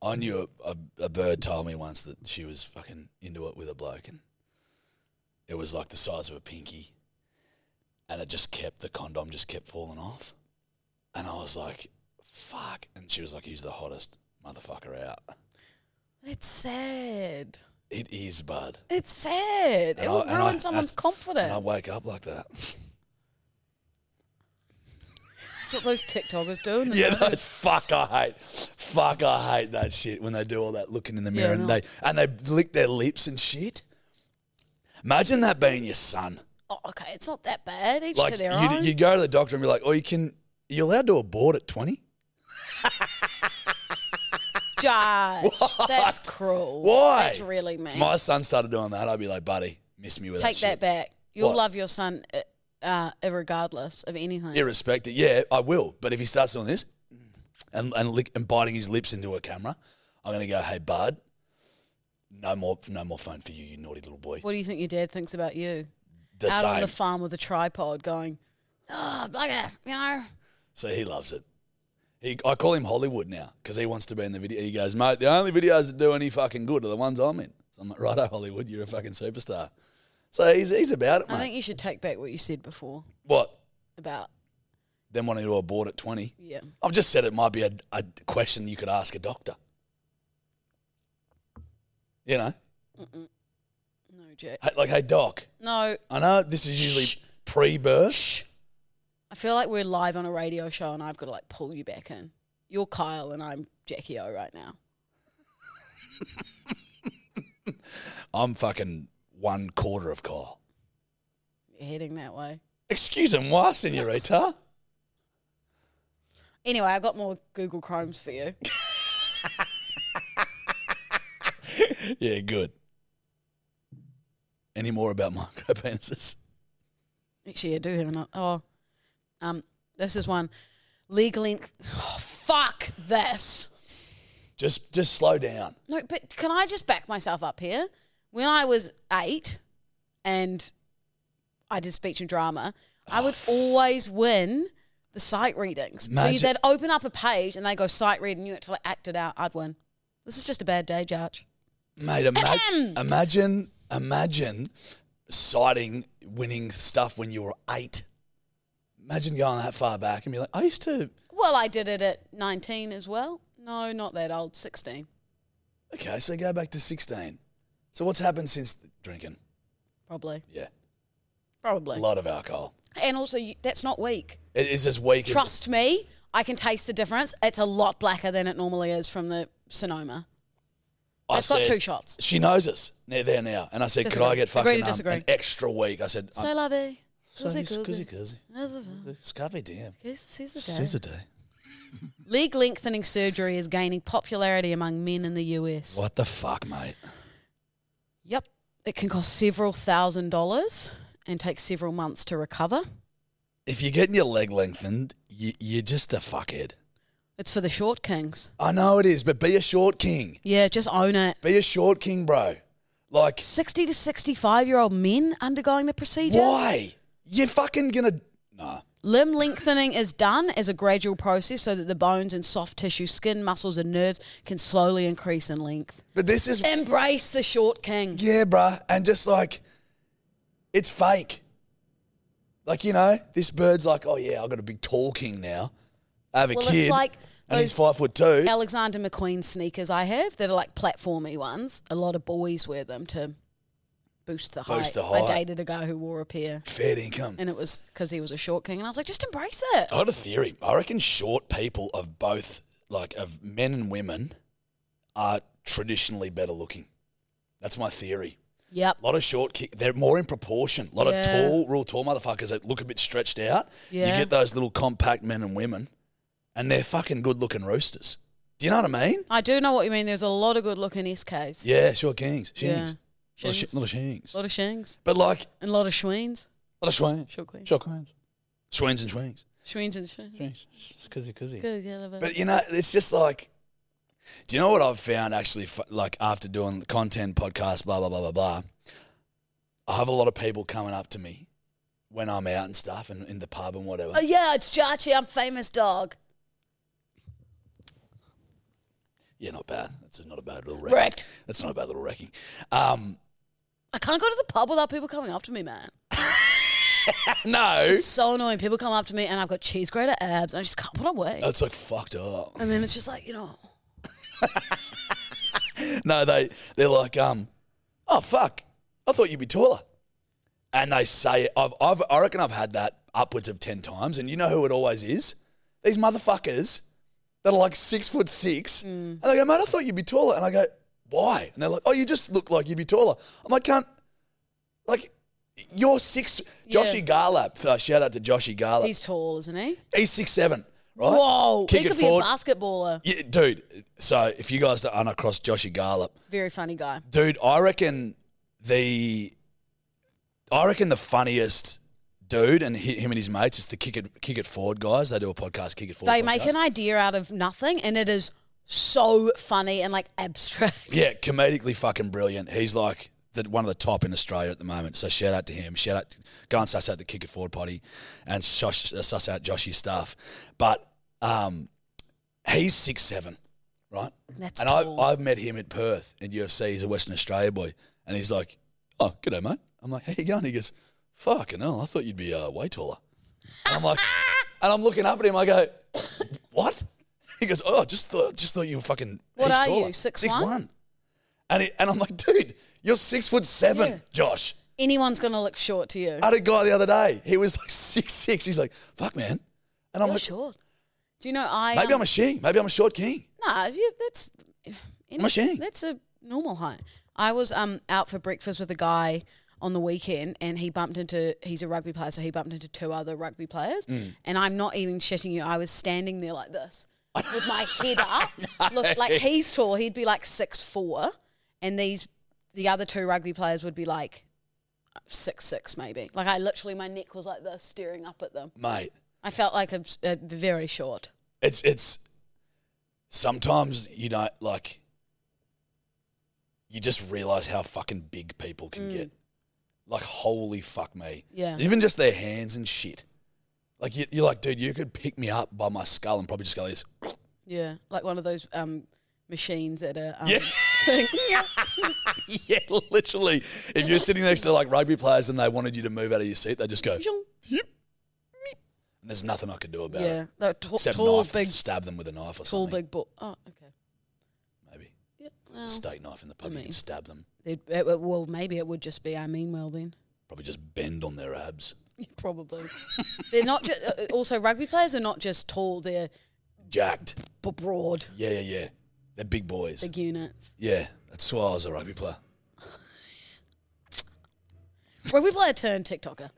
[SPEAKER 2] I knew a, a, a bird told me once that she was fucking into it with a bloke, and it was like the size of a pinky, and it just kept the condom just kept falling off, and I was like, "Fuck!" And she was like, "He's the hottest motherfucker out.
[SPEAKER 1] It's sad.
[SPEAKER 2] It is, bud.
[SPEAKER 1] It's sad. it
[SPEAKER 2] And I-
[SPEAKER 1] will
[SPEAKER 2] and I-
[SPEAKER 1] ruin someone's
[SPEAKER 2] and- And I
[SPEAKER 1] confidence.
[SPEAKER 2] wake up like that.
[SPEAKER 1] That's what those TikTokers do. isn't it?
[SPEAKER 2] yeah, that's fuck. I hate, fuck. I hate that shit when they do all that looking in the mirror
[SPEAKER 1] Yeah, I
[SPEAKER 2] and
[SPEAKER 1] know.
[SPEAKER 2] they and they lick their lips and shit. Imagine that being your son.
[SPEAKER 1] Oh, okay, it's not that bad. Each
[SPEAKER 2] Like
[SPEAKER 1] to their own.
[SPEAKER 2] you, you go to the doctor and be like, "Oh, you can. You're allowed to abort at 20?
[SPEAKER 1] Judge. That's cruel.
[SPEAKER 2] Why?
[SPEAKER 1] That's really mean.
[SPEAKER 2] My son started doing that. I'd be like, "Buddy, miss me with
[SPEAKER 1] Take that
[SPEAKER 2] that shit.
[SPEAKER 1] back. You'll
[SPEAKER 2] What?
[SPEAKER 1] love your son, uh, uh, regardless of anything.
[SPEAKER 2] Irrespective, yeah, I will. But if he starts doing this and and, lick, and biting his lips into a camera, I'm gonna go, "Hey, bud, no more, no more phone for you, you naughty little boy."
[SPEAKER 1] what do you think your dad thinks about you?
[SPEAKER 2] the
[SPEAKER 1] Out
[SPEAKER 2] same.
[SPEAKER 1] on the farm with a tripod, going, oh bugger, you know.
[SPEAKER 2] So he loves it. He, I call him Hollywood now because he wants to be in the video. He goes, mate, the only videos that do any fucking good are the ones I'm in. So I'm like, righto, Hollywood, you're a fucking superstar. So he's, he's about it,
[SPEAKER 1] I
[SPEAKER 2] mate.
[SPEAKER 1] think you should take back what you said before
[SPEAKER 2] what?
[SPEAKER 1] about
[SPEAKER 2] Then wanting to abort at 20?
[SPEAKER 1] yeah.
[SPEAKER 2] I've just said it might be a, a question you could ask a doctor. You know?
[SPEAKER 1] No, Jack.
[SPEAKER 2] Hey, like, hey, doc,
[SPEAKER 1] No,
[SPEAKER 2] I know this is usually pre-birth.
[SPEAKER 1] I feel like we're live on a radio show, and I've got to like pull you back in. You're Kyle, and I'm Jackie O right now.
[SPEAKER 2] I'm fucking one quarter of Kyle.
[SPEAKER 1] You're heading that way.
[SPEAKER 2] Excuse him, why, senorita?
[SPEAKER 1] Anyway, I've got more Google Chromes for you.
[SPEAKER 2] Yeah, good. Any more about micro penises?
[SPEAKER 1] Actually, I do have another. Oh, um, this is one. Legal ink. Oh, fuck this.
[SPEAKER 2] Just just slow down.
[SPEAKER 1] No, but can I just back myself up here? When I was eight, and I did speech and drama, I would always win the sight readings.
[SPEAKER 2] Oh. Imagine-
[SPEAKER 1] So they'd open up a page and they go sight read, and you had to like act it out. I'd win. This is just a bad day, Judge.
[SPEAKER 2] Mate, ima- imagine imagine citing winning stuff when you were eight. Imagine going that far back and be like, I used to
[SPEAKER 1] Well, I did it at nineteen as well. No, not that old. Sixteen,
[SPEAKER 2] Okay, so go back to sixteen. So what's happened since drinking?
[SPEAKER 1] probably,
[SPEAKER 2] Yeah. A
[SPEAKER 1] probably.
[SPEAKER 2] lot of alcohol.
[SPEAKER 1] And also, you, that's not weak.
[SPEAKER 2] It is as weak as
[SPEAKER 1] Trust me, I can taste the difference. It's a lot blacker than it normally is from the Sonoma.
[SPEAKER 2] I
[SPEAKER 1] It's got
[SPEAKER 2] said-
[SPEAKER 1] two shots.
[SPEAKER 2] She knows us. They're there now. And I said,
[SPEAKER 1] Disagree.
[SPEAKER 2] Could I get
[SPEAKER 1] Agree to
[SPEAKER 2] fucking um,
[SPEAKER 1] disagree.
[SPEAKER 2] an extra week? I said, "Uh,
[SPEAKER 1] So lovey.
[SPEAKER 2] so
[SPEAKER 1] Cozy,
[SPEAKER 2] he's-
[SPEAKER 1] cozy.
[SPEAKER 2] cozy.
[SPEAKER 1] That's a-
[SPEAKER 2] Scabby damn.
[SPEAKER 1] Kiss- kiss the
[SPEAKER 2] Says
[SPEAKER 1] day.
[SPEAKER 2] a day.
[SPEAKER 1] Leg lengthening surgery is gaining popularity among men in the US.
[SPEAKER 2] What the fuck, mate?
[SPEAKER 1] Yep. It can cost several thousand dollars and take several months to recover.
[SPEAKER 2] If you're getting your leg lengthened, you, you're just a fuckhead.
[SPEAKER 1] It's for the short kings.
[SPEAKER 2] I know it is, but be a short king.
[SPEAKER 1] Yeah, just own it.
[SPEAKER 2] Be a short king, bro. Like,
[SPEAKER 1] 60 to 65 year old men undergoing the procedure.
[SPEAKER 2] why? You're fucking gonna. Nah.
[SPEAKER 1] Limb lengthening is done as a gradual process so that the bones and soft tissue, skin, muscles, and nerves can slowly increase in length.
[SPEAKER 2] But this is.
[SPEAKER 1] Embrace the short king.
[SPEAKER 2] Yeah, bruh. And just like, it's fake. Like, you know, this bird's like, oh yeah, I've got a big tall king now. I have a
[SPEAKER 1] Well, it's
[SPEAKER 2] kid.
[SPEAKER 1] like
[SPEAKER 2] and he's
[SPEAKER 1] those
[SPEAKER 2] five foot two.
[SPEAKER 1] Alexander McQueen sneakers I have that are like platformy ones. A lot of boys wear them to boost the height.
[SPEAKER 2] Boost the height.
[SPEAKER 1] I dated a guy who wore a pair,
[SPEAKER 2] Fair income.
[SPEAKER 1] and it was because he was a short king, and I was like, just embrace it.
[SPEAKER 2] I got a theory. I reckon short people of both, like of men and women, are traditionally better looking. That's my theory.
[SPEAKER 1] Yep.
[SPEAKER 2] A lot of short kick. They're more in proportion. A lot of
[SPEAKER 1] Yeah.
[SPEAKER 2] tall, real tall motherfuckers that look a bit stretched out.
[SPEAKER 1] Yeah.
[SPEAKER 2] You get those little compact men and women, and they're fucking good looking roosters. Do you know what I mean?
[SPEAKER 1] I do know what you mean. There's a lot of good looking SKs.
[SPEAKER 2] Yeah, short kings,
[SPEAKER 1] Yeah.
[SPEAKER 2] shings, yeah.
[SPEAKER 1] Shings.
[SPEAKER 2] lot of shings,
[SPEAKER 1] A lot of shings
[SPEAKER 2] but like
[SPEAKER 1] and a lot of schweens.
[SPEAKER 2] a lot of schweins,
[SPEAKER 1] Short queens.
[SPEAKER 2] short queens, schweins and schwings,
[SPEAKER 1] Schweens and shings.
[SPEAKER 2] shings, cuzzy cuzzy.
[SPEAKER 1] Good, good, good.
[SPEAKER 2] But you know, it's just like, do you know what I've found actually? f- Like after doing the content podcast, blah blah blah blah blah, I have a lot of people coming up to me when I'm out and stuff, and in the pub and whatever.
[SPEAKER 1] Oh, yeah, it's Jarchi. I'm famous dog.
[SPEAKER 2] Yeah, not bad. That's not a bad little wreck.
[SPEAKER 1] Wrecked.
[SPEAKER 2] That's not a bad little wrecking. Um,
[SPEAKER 1] I can't go to the pub without people coming up to me, man.
[SPEAKER 2] no, Oh?
[SPEAKER 1] It's so annoying. People come up to me and I've got cheese grater abs and I just can't put away.
[SPEAKER 2] it's like fucked up.
[SPEAKER 1] And then it's just like, you know,
[SPEAKER 2] no, they they're like, um, oh fuck, I thought you'd be taller, and they say it. I've, I've I reckon I've had that upwards of ten times, and you know who it always is? These motherfuckers that are like six foot six,
[SPEAKER 1] Mm.
[SPEAKER 2] and they go, mate, I thought you'd be taller, and I go, why? And they're like, oh, you just look like you'd be taller. I'm like, can't like. You're six. Joshy Garlap. Uh, shout out to Joshy Garlap.
[SPEAKER 1] He's tall, isn't he?
[SPEAKER 2] He's six seven, right?
[SPEAKER 1] Whoa,
[SPEAKER 2] Kick
[SPEAKER 1] he
[SPEAKER 2] it
[SPEAKER 1] could
[SPEAKER 2] forward.
[SPEAKER 1] be a basketballer.
[SPEAKER 2] yeah, dude. So if you guys don't uncross Joshy Garlop,
[SPEAKER 1] Very funny guy.
[SPEAKER 2] dude, I reckon the, I reckon the funniest dude and hi- him and his mates is the kick it kick it forward guys. They do a podcast, kick it forward.
[SPEAKER 1] They make an
[SPEAKER 2] podcast.
[SPEAKER 1] idea out of nothing, and it is so funny and like abstract.
[SPEAKER 2] Yeah, comedically fucking brilliant. He's like the, one of the top in Australia at the moment. So shout out to him. Shout out, go and suss out the kick it forward potty, and shush, uh, suss out Joshy's stuff. But um, he's six seven, right?
[SPEAKER 1] That's
[SPEAKER 2] and
[SPEAKER 1] tall.
[SPEAKER 2] I, I've met him at Perth in UFC. He's a Western Australia boy, and he's like, "Oh, g'day, mate." I'm like, "How you going?" He goes, "Fucking hell, I thought you'd be uh, way taller." And I'm like, and I'm looking up at him. I go, "What?" He goes, "Oh, just thought, just thought you were fucking
[SPEAKER 1] What
[SPEAKER 2] heaps
[SPEAKER 1] are you,
[SPEAKER 2] taller.
[SPEAKER 1] 6'1"?
[SPEAKER 2] one." And he, and I'm like, "Dude, you're six foot seven,
[SPEAKER 1] Yeah.
[SPEAKER 2] Josh."
[SPEAKER 1] Anyone's gonna look short to you.
[SPEAKER 2] I had a guy the other day. He was like six six. He's like, "Fuck, man," and I'm
[SPEAKER 1] You're
[SPEAKER 2] like,
[SPEAKER 1] short. Do you know I?
[SPEAKER 2] "Maybe
[SPEAKER 1] um,
[SPEAKER 2] I'm a she. Maybe I'm a short king."
[SPEAKER 1] Nah, if you, that's
[SPEAKER 2] I'm a shame.
[SPEAKER 1] That's a normal height. I was um out for breakfast with a guy on the weekend, and he bumped into. He's a rugby player, so he bumped into two other rugby players.
[SPEAKER 4] Mm.
[SPEAKER 1] And I'm not even shitting you. I was standing there like this with my head up. Look, like he's tall. He'd be like six four, and these the other two rugby players would be like six six maybe. Like I literally, my neck was like this, staring up at them.
[SPEAKER 2] Mate,
[SPEAKER 1] I felt like I'm s- uh, very short.
[SPEAKER 2] it's it's sometimes you don't like you just realize how fucking big people can get like holy fuck
[SPEAKER 1] Mm.
[SPEAKER 2] me
[SPEAKER 1] Yeah.
[SPEAKER 2] even just their hands and shit like you, you're like dude you could pick me up by my skull and probably just go like this
[SPEAKER 1] Yeah, like one of those um machines that are um,
[SPEAKER 2] Yeah.
[SPEAKER 1] thing.
[SPEAKER 2] yeah literally if you're sitting next to like rugby players and they wanted you to move out of your seat they just go and
[SPEAKER 1] Zhong.
[SPEAKER 2] there's nothing i could do about
[SPEAKER 1] yeah,
[SPEAKER 2] it
[SPEAKER 1] they're tall,
[SPEAKER 2] except
[SPEAKER 1] tall
[SPEAKER 2] knife
[SPEAKER 1] big,
[SPEAKER 2] stab them with a knife or
[SPEAKER 1] tall,
[SPEAKER 2] something
[SPEAKER 1] big ball. Oh, okay.
[SPEAKER 2] maybe
[SPEAKER 1] Yep.
[SPEAKER 2] a steak knife in the pub you
[SPEAKER 1] mean-
[SPEAKER 2] can stab them
[SPEAKER 1] It, it, it- well, maybe it would just be. I mean, well then,
[SPEAKER 2] probably just bend on their abs
[SPEAKER 1] probably. they're not just. Also, rugby players are not just tall. They're
[SPEAKER 2] jacked
[SPEAKER 1] b- broad,
[SPEAKER 2] Yeah, yeah, yeah. They're big boys.
[SPEAKER 1] big units.
[SPEAKER 2] Yeah, that's why I was a rugby player.
[SPEAKER 1] rugby player turned TikToker.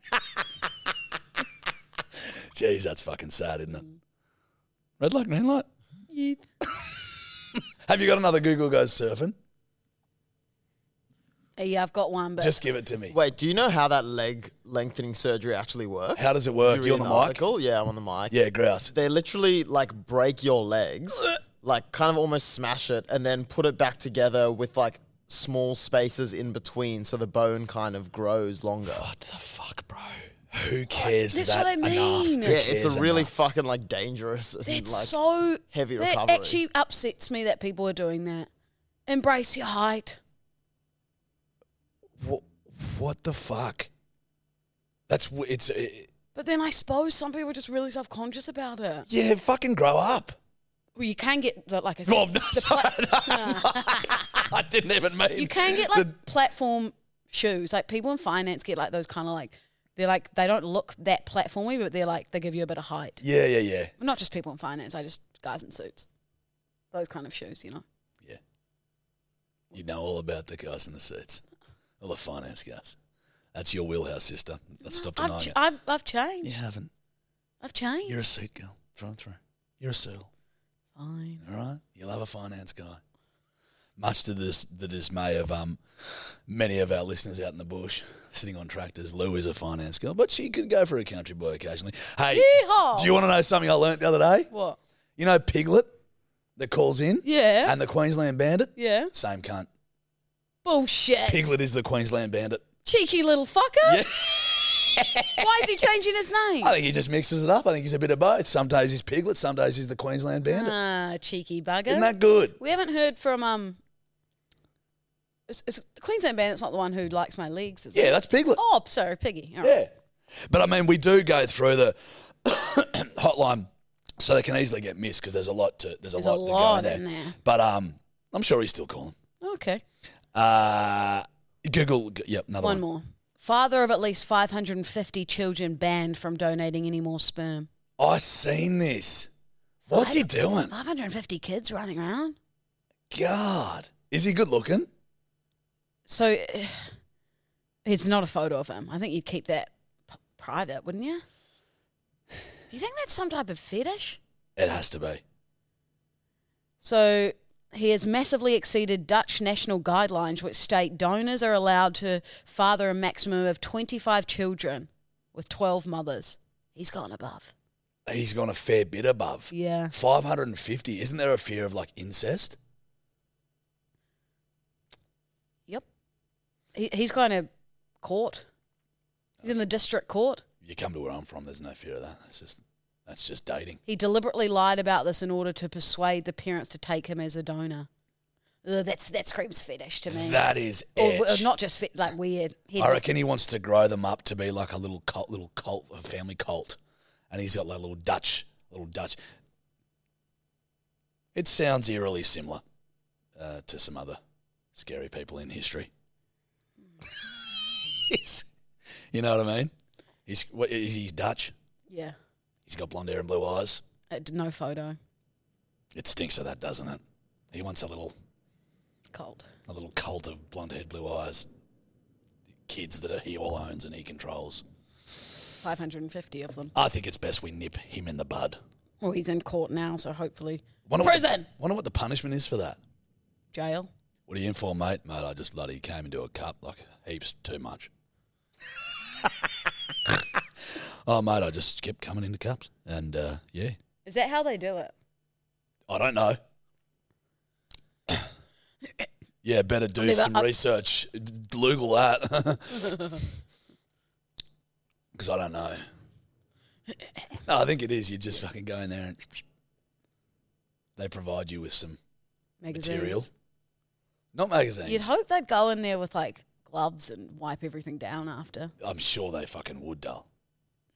[SPEAKER 2] Jeez, that's fucking sad, isn't it? Red light, green light. Have you got another Google Goes Surfing?
[SPEAKER 1] Yeah, I've got one, but
[SPEAKER 2] Just give it to me.
[SPEAKER 3] Wait, do you know how that leg lengthening surgery actually works?
[SPEAKER 2] How does it work?
[SPEAKER 3] Did
[SPEAKER 2] You
[SPEAKER 3] read
[SPEAKER 2] on
[SPEAKER 3] an
[SPEAKER 2] the mic?
[SPEAKER 3] article? Yeah, I'm on the mic.
[SPEAKER 2] Yeah, grouse. Uh.
[SPEAKER 3] They literally like break your legs, like kind of almost smash it, and then put it back together with like small spaces in between, so the bone kind of grows longer.
[SPEAKER 2] What the fuck, bro? Who cares
[SPEAKER 1] That's
[SPEAKER 2] that
[SPEAKER 1] what I
[SPEAKER 2] enough?
[SPEAKER 1] mean.
[SPEAKER 2] Who
[SPEAKER 3] yeah, it's
[SPEAKER 2] cares
[SPEAKER 3] a really
[SPEAKER 2] enough?
[SPEAKER 3] fucking like dangerous. And,
[SPEAKER 1] that's
[SPEAKER 3] like,
[SPEAKER 1] so
[SPEAKER 3] heavy
[SPEAKER 1] That
[SPEAKER 3] recovery.
[SPEAKER 1] actually upsets me that people are doing that. Embrace your height.
[SPEAKER 2] Wha- What, the fuck? That's w- it's uh,
[SPEAKER 1] But then I suppose some people are just really self conscious about it.
[SPEAKER 2] yeah. Fucking grow up.
[SPEAKER 1] Well, you can get the- like I said,
[SPEAKER 2] Well, no,
[SPEAKER 1] the pla-
[SPEAKER 2] sorry, I didn't even mean.
[SPEAKER 1] you can get
[SPEAKER 2] to-
[SPEAKER 1] like platform shoes. Like people in finance get like those kind of like they're like they don't look that platformy, but they're like they give you a bit of height.
[SPEAKER 2] yeah, yeah, yeah,
[SPEAKER 1] Not just people in finance. I just guys in suits, those kind of shoes. You know,
[SPEAKER 2] yeah. You know all about the guys in the suits, all the finance guys. That's your wheelhouse, sister. Let's stop denying
[SPEAKER 1] I've ch-
[SPEAKER 2] it.
[SPEAKER 1] I've, I've changed.
[SPEAKER 2] You haven't.
[SPEAKER 1] I've changed.
[SPEAKER 2] You're a suit girl, through and through. You're a seal.
[SPEAKER 1] Fine.
[SPEAKER 2] All right, you love a finance guy. Much to this, the dismay of um, many of our listeners out in the bush, sitting on tractors. Lou is a finance girl, but she could go for a country boy occasionally. Hey,
[SPEAKER 1] Yeehaw!
[SPEAKER 2] do you want to know something I learnt the other day?
[SPEAKER 1] What?
[SPEAKER 2] You know Piglet that calls in,
[SPEAKER 1] Yeah.
[SPEAKER 2] and the Queensland Bandit,
[SPEAKER 1] yeah.
[SPEAKER 2] same cunt.
[SPEAKER 1] Bullshit.
[SPEAKER 2] Piglet is the Queensland Bandit.
[SPEAKER 1] Cheeky little fucker. Why is he changing his name?
[SPEAKER 2] I think he just mixes it up. I think he's a bit of both. Some days he's Piglet, some days he's the Queensland Bandit.
[SPEAKER 1] Ah, cheeky bugger.
[SPEAKER 2] Isn't that good?
[SPEAKER 1] We haven't heard from um. It's, it's the Queensland band. It's not the one who likes my legs, is
[SPEAKER 2] Yeah,
[SPEAKER 1] it?
[SPEAKER 2] that's Piglet.
[SPEAKER 1] Oh, sorry, Piggy. All right.
[SPEAKER 2] Yeah. But I mean, we do go through the hotline so they can easily get missed because there's a lot to there's a
[SPEAKER 1] There's a
[SPEAKER 2] lot, to
[SPEAKER 1] lot
[SPEAKER 2] go in
[SPEAKER 1] in
[SPEAKER 2] there.
[SPEAKER 1] there.
[SPEAKER 2] But um, I'm sure he's still calling.
[SPEAKER 1] Okay.
[SPEAKER 2] Uh, Google. g- Yep, another
[SPEAKER 1] One
[SPEAKER 2] one.
[SPEAKER 1] more. Father of at least 550 children banned from donating any more sperm.
[SPEAKER 2] I seen this. What's he doing?
[SPEAKER 1] 550 kids running around.
[SPEAKER 2] God, is he good looking?
[SPEAKER 1] So eh, it's not a photo of him. I think you'd keep that p- private, wouldn't you? Do you think that's some type of fetish?
[SPEAKER 2] It has to be.
[SPEAKER 1] So he has massively exceeded Dutch national guidelines, which state donors are allowed to father a maximum of 25 children with 12 mothers. He's gone above.
[SPEAKER 2] He's gone a fair bit above.
[SPEAKER 1] Yeah.
[SPEAKER 2] 550. Isn't there a fear of like incest?
[SPEAKER 1] Yep. He, he's going to court. He's in the district court.
[SPEAKER 2] You come to where I'm from, there's no fear of that. That's just that's just dating.
[SPEAKER 1] He deliberately lied about this in order to persuade the parents to take him as a donor. Ugh, that's that screams fetish to me.
[SPEAKER 2] That is
[SPEAKER 1] or,
[SPEAKER 2] it.
[SPEAKER 1] or not just fit, like weird. He-
[SPEAKER 2] I reckon he wants to grow them up to be like a little cult, little cult, a family cult, and he's got like a little Dutch, little Dutch. It sounds eerily similar uh, to some other scary people in history. He's- you know what I mean? He's what, is he Dutch?
[SPEAKER 1] yeah.
[SPEAKER 2] He's got blonde hair and blue eyes.
[SPEAKER 1] Uh, d- no photo.
[SPEAKER 2] It stinks of that, doesn't it? He wants a little,
[SPEAKER 1] Cold.
[SPEAKER 2] a little cult of blonde haired, blue eyes kids that he all owns and he controls.
[SPEAKER 1] 550 of them.
[SPEAKER 2] I think it's best we nip him in the bud.
[SPEAKER 1] Well, he's in court now, so hopefully
[SPEAKER 2] Wonder What
[SPEAKER 1] Prison!
[SPEAKER 2] the, wonder what the punishment is for that.
[SPEAKER 1] jail.
[SPEAKER 2] What are you in for, mate? Mate, I just bloody came into a cup like heaps too much. oh, mate, I just kept coming into cups, and uh, yeah,
[SPEAKER 1] Is that how they do it?
[SPEAKER 2] I don't know. yeah, better do
[SPEAKER 1] Never-
[SPEAKER 2] some
[SPEAKER 1] I-
[SPEAKER 2] research. Google that. Because I don't know. No, I think it is. You just fucking go in there and they provide you with some
[SPEAKER 1] Magazines.
[SPEAKER 2] material. Not magazines.
[SPEAKER 1] You'd hope they'd go in there with like gloves and wipe everything down after.
[SPEAKER 2] I'm sure they fucking would, Dull.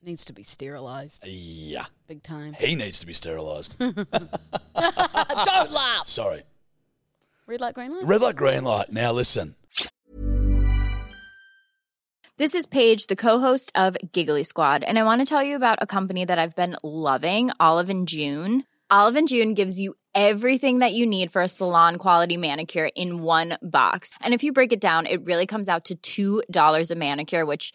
[SPEAKER 1] Needs to be sterilized.
[SPEAKER 2] Yeah.
[SPEAKER 1] Big time.
[SPEAKER 2] He needs to be sterilised.
[SPEAKER 1] Don't laugh.
[SPEAKER 2] Sorry.
[SPEAKER 1] Red light, green light.
[SPEAKER 2] Red light, green light. Now listen.
[SPEAKER 5] This is Paige, the co-host of Giggly Squad, and I want to tell you about a company that I've been loving, Olive and June. Olive and June gives you everything that you need for a salon quality manicure in one box. And if you break it down, it really comes out to $2 a manicure, which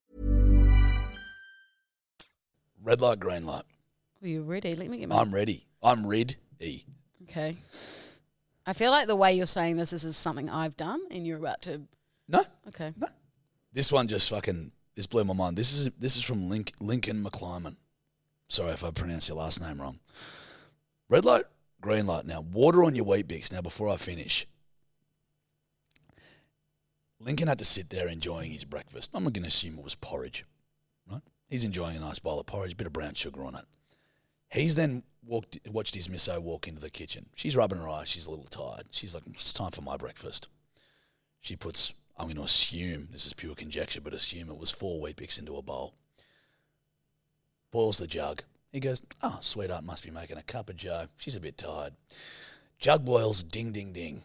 [SPEAKER 2] Red light, green light.
[SPEAKER 1] Are you ready? Let me get my.
[SPEAKER 2] I'm ready. I'm red E.
[SPEAKER 1] okay. I feel like the way you're saying this, this is something I've done, and you're about to.
[SPEAKER 2] No.
[SPEAKER 1] Okay.
[SPEAKER 2] This one just fucking this blew my mind. This is this is from Link, Lincoln McClyman. Sorry if I pronounced your last name wrong. Red light, green light. Now water on your wheat bix. Now before I finish, Lincoln had to sit there enjoying his breakfast. I'm going to assume it was porridge, right? He's enjoying a nice bowl of porridge, bit of brown sugar on it. He's then walked, watched his misso walk into the kitchen. She's rubbing her eyes. She's a little tired. She's like, it's time for my breakfast. She puts, I'm going to assume, this is pure conjecture, but assume it was four Weet-Bix into a bowl. Boils the jug. He goes, oh, sweetheart must be making a cup of joe. She's a bit tired. Jug boils, ding, ding, ding.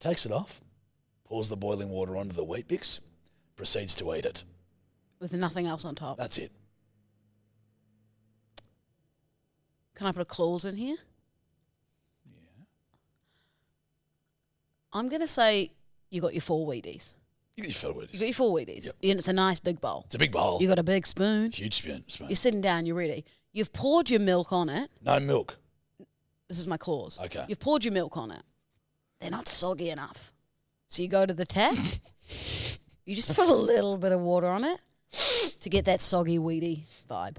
[SPEAKER 2] Takes it off, pours the boiling water onto the Weet-Bix, proceeds to eat it.
[SPEAKER 1] with nothing else on top.
[SPEAKER 2] That's it.
[SPEAKER 1] Can I put a clause in here?
[SPEAKER 2] Yeah.
[SPEAKER 1] I'm going to say you got your four Wheaties.
[SPEAKER 2] You you felt it.
[SPEAKER 1] You got your four Wheaties.
[SPEAKER 2] Yep.
[SPEAKER 1] And it's a nice big bowl.
[SPEAKER 2] It's a big bowl.
[SPEAKER 1] You got a big spoon.
[SPEAKER 2] Huge spoon. spoon.
[SPEAKER 1] You're sitting down, you're ready. You've poured your milk on it.
[SPEAKER 2] No milk.
[SPEAKER 1] This is my clause.
[SPEAKER 2] Okay.
[SPEAKER 1] You've poured your milk on it. They're not soggy enough. So you go to the tap. you just put a little bit of water on it to get that soggy, weedy vibe.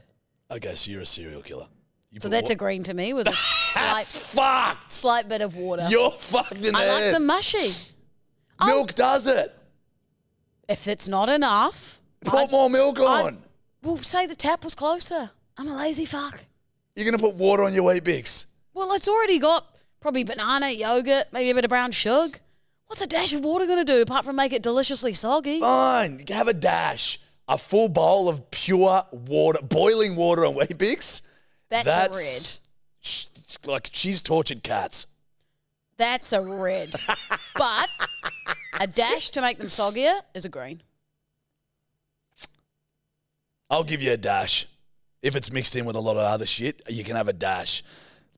[SPEAKER 2] Okay, so you're a serial killer. You
[SPEAKER 1] So
[SPEAKER 2] put
[SPEAKER 1] that's
[SPEAKER 2] wa-
[SPEAKER 1] a green to me with a
[SPEAKER 2] That's
[SPEAKER 1] slight,
[SPEAKER 2] fucked.
[SPEAKER 1] slight bit of water.
[SPEAKER 2] You're fucked in
[SPEAKER 1] I
[SPEAKER 2] the
[SPEAKER 1] like
[SPEAKER 2] head.
[SPEAKER 1] the mushy.
[SPEAKER 2] Milk does it.
[SPEAKER 1] If it's not enough,
[SPEAKER 2] Put more milk on.
[SPEAKER 1] well, say the tap was closer. I'm a lazy fuck.
[SPEAKER 2] You're gonna put water on your wheat bix.
[SPEAKER 1] Well, it's already got probably banana, yogurt, maybe a bit of brown sugar. What's a dash of water going to do apart from make it deliciously soggy?
[SPEAKER 2] Fine. Have a dash. A full bowl of pure water, boiling water on wheat bix.
[SPEAKER 1] That's,
[SPEAKER 2] that's
[SPEAKER 1] a red.
[SPEAKER 2] sh- like she's tortured cats.
[SPEAKER 1] That's a red. but a dash to make them soggier is a green.
[SPEAKER 2] I'll give you a dash. If it's mixed in with a lot of other shit, you can have a dash.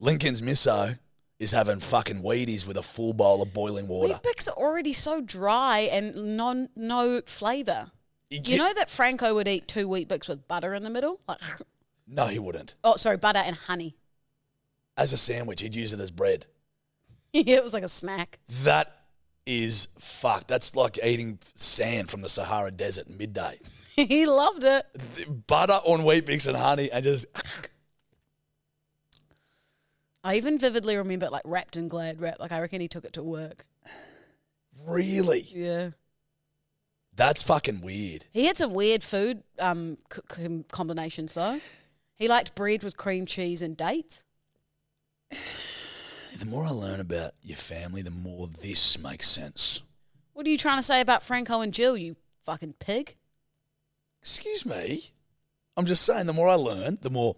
[SPEAKER 2] Lincoln's miso is having fucking Wheaties with a full bowl of boiling water.
[SPEAKER 1] Wheat Bix are already so dry and non no flavour.
[SPEAKER 2] You
[SPEAKER 1] You
[SPEAKER 2] get-
[SPEAKER 1] know that Franco would eat two Wheat Bix with butter in the middle? Like,
[SPEAKER 2] No, he wouldn't.
[SPEAKER 1] oh, sorry, butter and honey.
[SPEAKER 2] As a sandwich, he'd use it as bread.
[SPEAKER 1] yeah, it was like a snack.
[SPEAKER 2] That is fucked. That's like eating sand from the Sahara Desert midday.
[SPEAKER 1] he loved it.
[SPEAKER 2] Th- Butter on wheat mix and honey, and just
[SPEAKER 1] I even vividly remember it like wrapped in glad wrap. Like I reckon he took it to work.
[SPEAKER 2] really.
[SPEAKER 1] Yeah.
[SPEAKER 2] That's fucking weird.
[SPEAKER 1] He had some weird food um, c- c- combinations though. He liked bread with cream cheese and dates.
[SPEAKER 2] The more I learn about your family, the more this makes sense.
[SPEAKER 1] What are you trying to say about Franco and Jill, you fucking pig?
[SPEAKER 2] Excuse me. I'm just saying, the more I learn, the more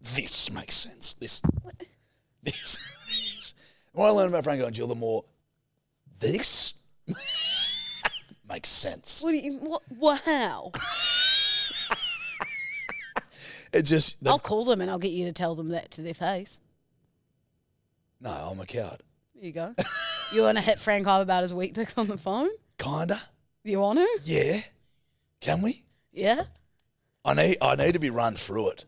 [SPEAKER 2] this makes sense. This, this, this. The more I learn about Franco and Jill, the more this makes sense.
[SPEAKER 1] What do you, what, wow.
[SPEAKER 2] It just, the-
[SPEAKER 1] I'll call them and I'll get you to tell them that to their face.
[SPEAKER 2] no, I'm a coward.
[SPEAKER 1] There you go. you want to hit Franco about his wheat picks on the phone?
[SPEAKER 2] Kinda.
[SPEAKER 1] You want to?
[SPEAKER 2] Yeah. Can we?
[SPEAKER 1] Yeah.
[SPEAKER 2] I need, I need to be run through it.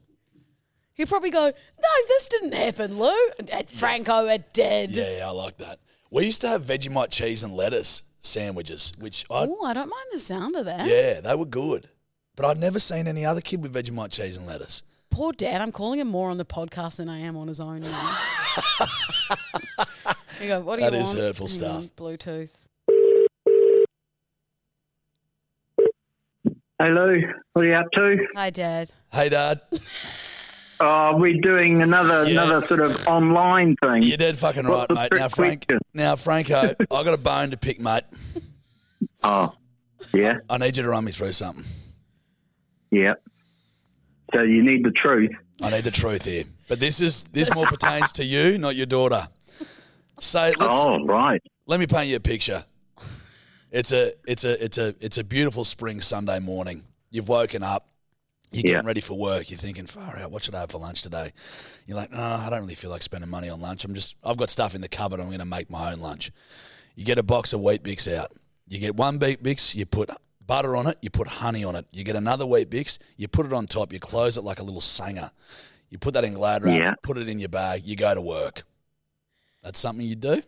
[SPEAKER 1] He'd probably go, no, this didn't happen, Lou. And, uh, Franco, it did.
[SPEAKER 2] Yeah, yeah, I like that. We used to have Vegemite cheese and lettuce sandwiches, which I,
[SPEAKER 1] Oh, I don't mind the sound of that.
[SPEAKER 2] yeah, they were good. But I'd never seen any other kid with Vegemite cheese and lettuce.
[SPEAKER 1] Poor dad. I'm calling him more on the podcast than I am on his own. Now. you go, what do
[SPEAKER 2] That
[SPEAKER 1] you
[SPEAKER 2] is
[SPEAKER 1] want?
[SPEAKER 2] hurtful
[SPEAKER 1] Hang
[SPEAKER 2] stuff.
[SPEAKER 1] on, Bluetooth.
[SPEAKER 6] Hey Lou, what are you up to?
[SPEAKER 1] Hi, Dad.
[SPEAKER 2] Hey, Dad.
[SPEAKER 6] Oh, we're doing another
[SPEAKER 2] Yeah.
[SPEAKER 6] another sort of online thing.
[SPEAKER 2] You're dead fucking right,
[SPEAKER 6] What's the
[SPEAKER 2] mate.
[SPEAKER 6] trick
[SPEAKER 2] Now, Frank.
[SPEAKER 6] question?
[SPEAKER 2] Now, Franco, I got a bone to pick, mate.
[SPEAKER 6] Oh, yeah,
[SPEAKER 2] I need you to run me through something.
[SPEAKER 6] yeah. So you need the truth.
[SPEAKER 2] I need the truth here. But this is this more pertains to you, not your daughter. So let's
[SPEAKER 6] oh, right.
[SPEAKER 2] let me paint you a picture. It's a it's a it's a it's a beautiful spring Sunday morning. You've woken up. You're getting
[SPEAKER 6] Yeah.
[SPEAKER 2] ready for work. You're thinking, far out, what should I have for lunch today? You're like, no, I don't really feel like spending money on lunch. I'm just, I've got stuff in the cupboard. I'm going to make my own lunch. You get a box of Wheat Bix out. You get one Wheat Bix, you put butter on it, you put honey on it. You get another Wheat Bix, you put it on top, you close it like a little sanger. You put that in glad wrap,
[SPEAKER 6] Yeah.
[SPEAKER 2] put it in your bag, you go to work. That's something you do?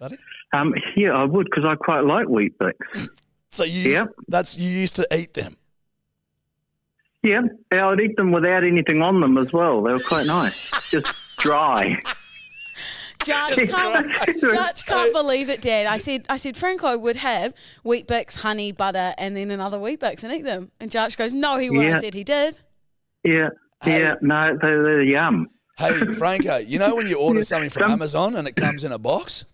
[SPEAKER 2] Got it?
[SPEAKER 6] Um, yeah, I would because I quite like wheat bix.
[SPEAKER 2] So you used,
[SPEAKER 6] Yeah.
[SPEAKER 2] that's you used to eat them.
[SPEAKER 6] Yeah, I would eat them without anything on them as well. They were quite nice, just dry.
[SPEAKER 1] Judge can't, Judge can't believe it, Dad. I said, I said Franco would have wheat bix, honey, butter, and then another wheat bix and eat them. And Judge goes, no, he wouldn't. I
[SPEAKER 6] Yeah.
[SPEAKER 1] said he did.
[SPEAKER 6] Yeah. Yeah, no, they're, they're yum.
[SPEAKER 2] Hey, Franco, you know when you order something from Amazon and it comes in a box?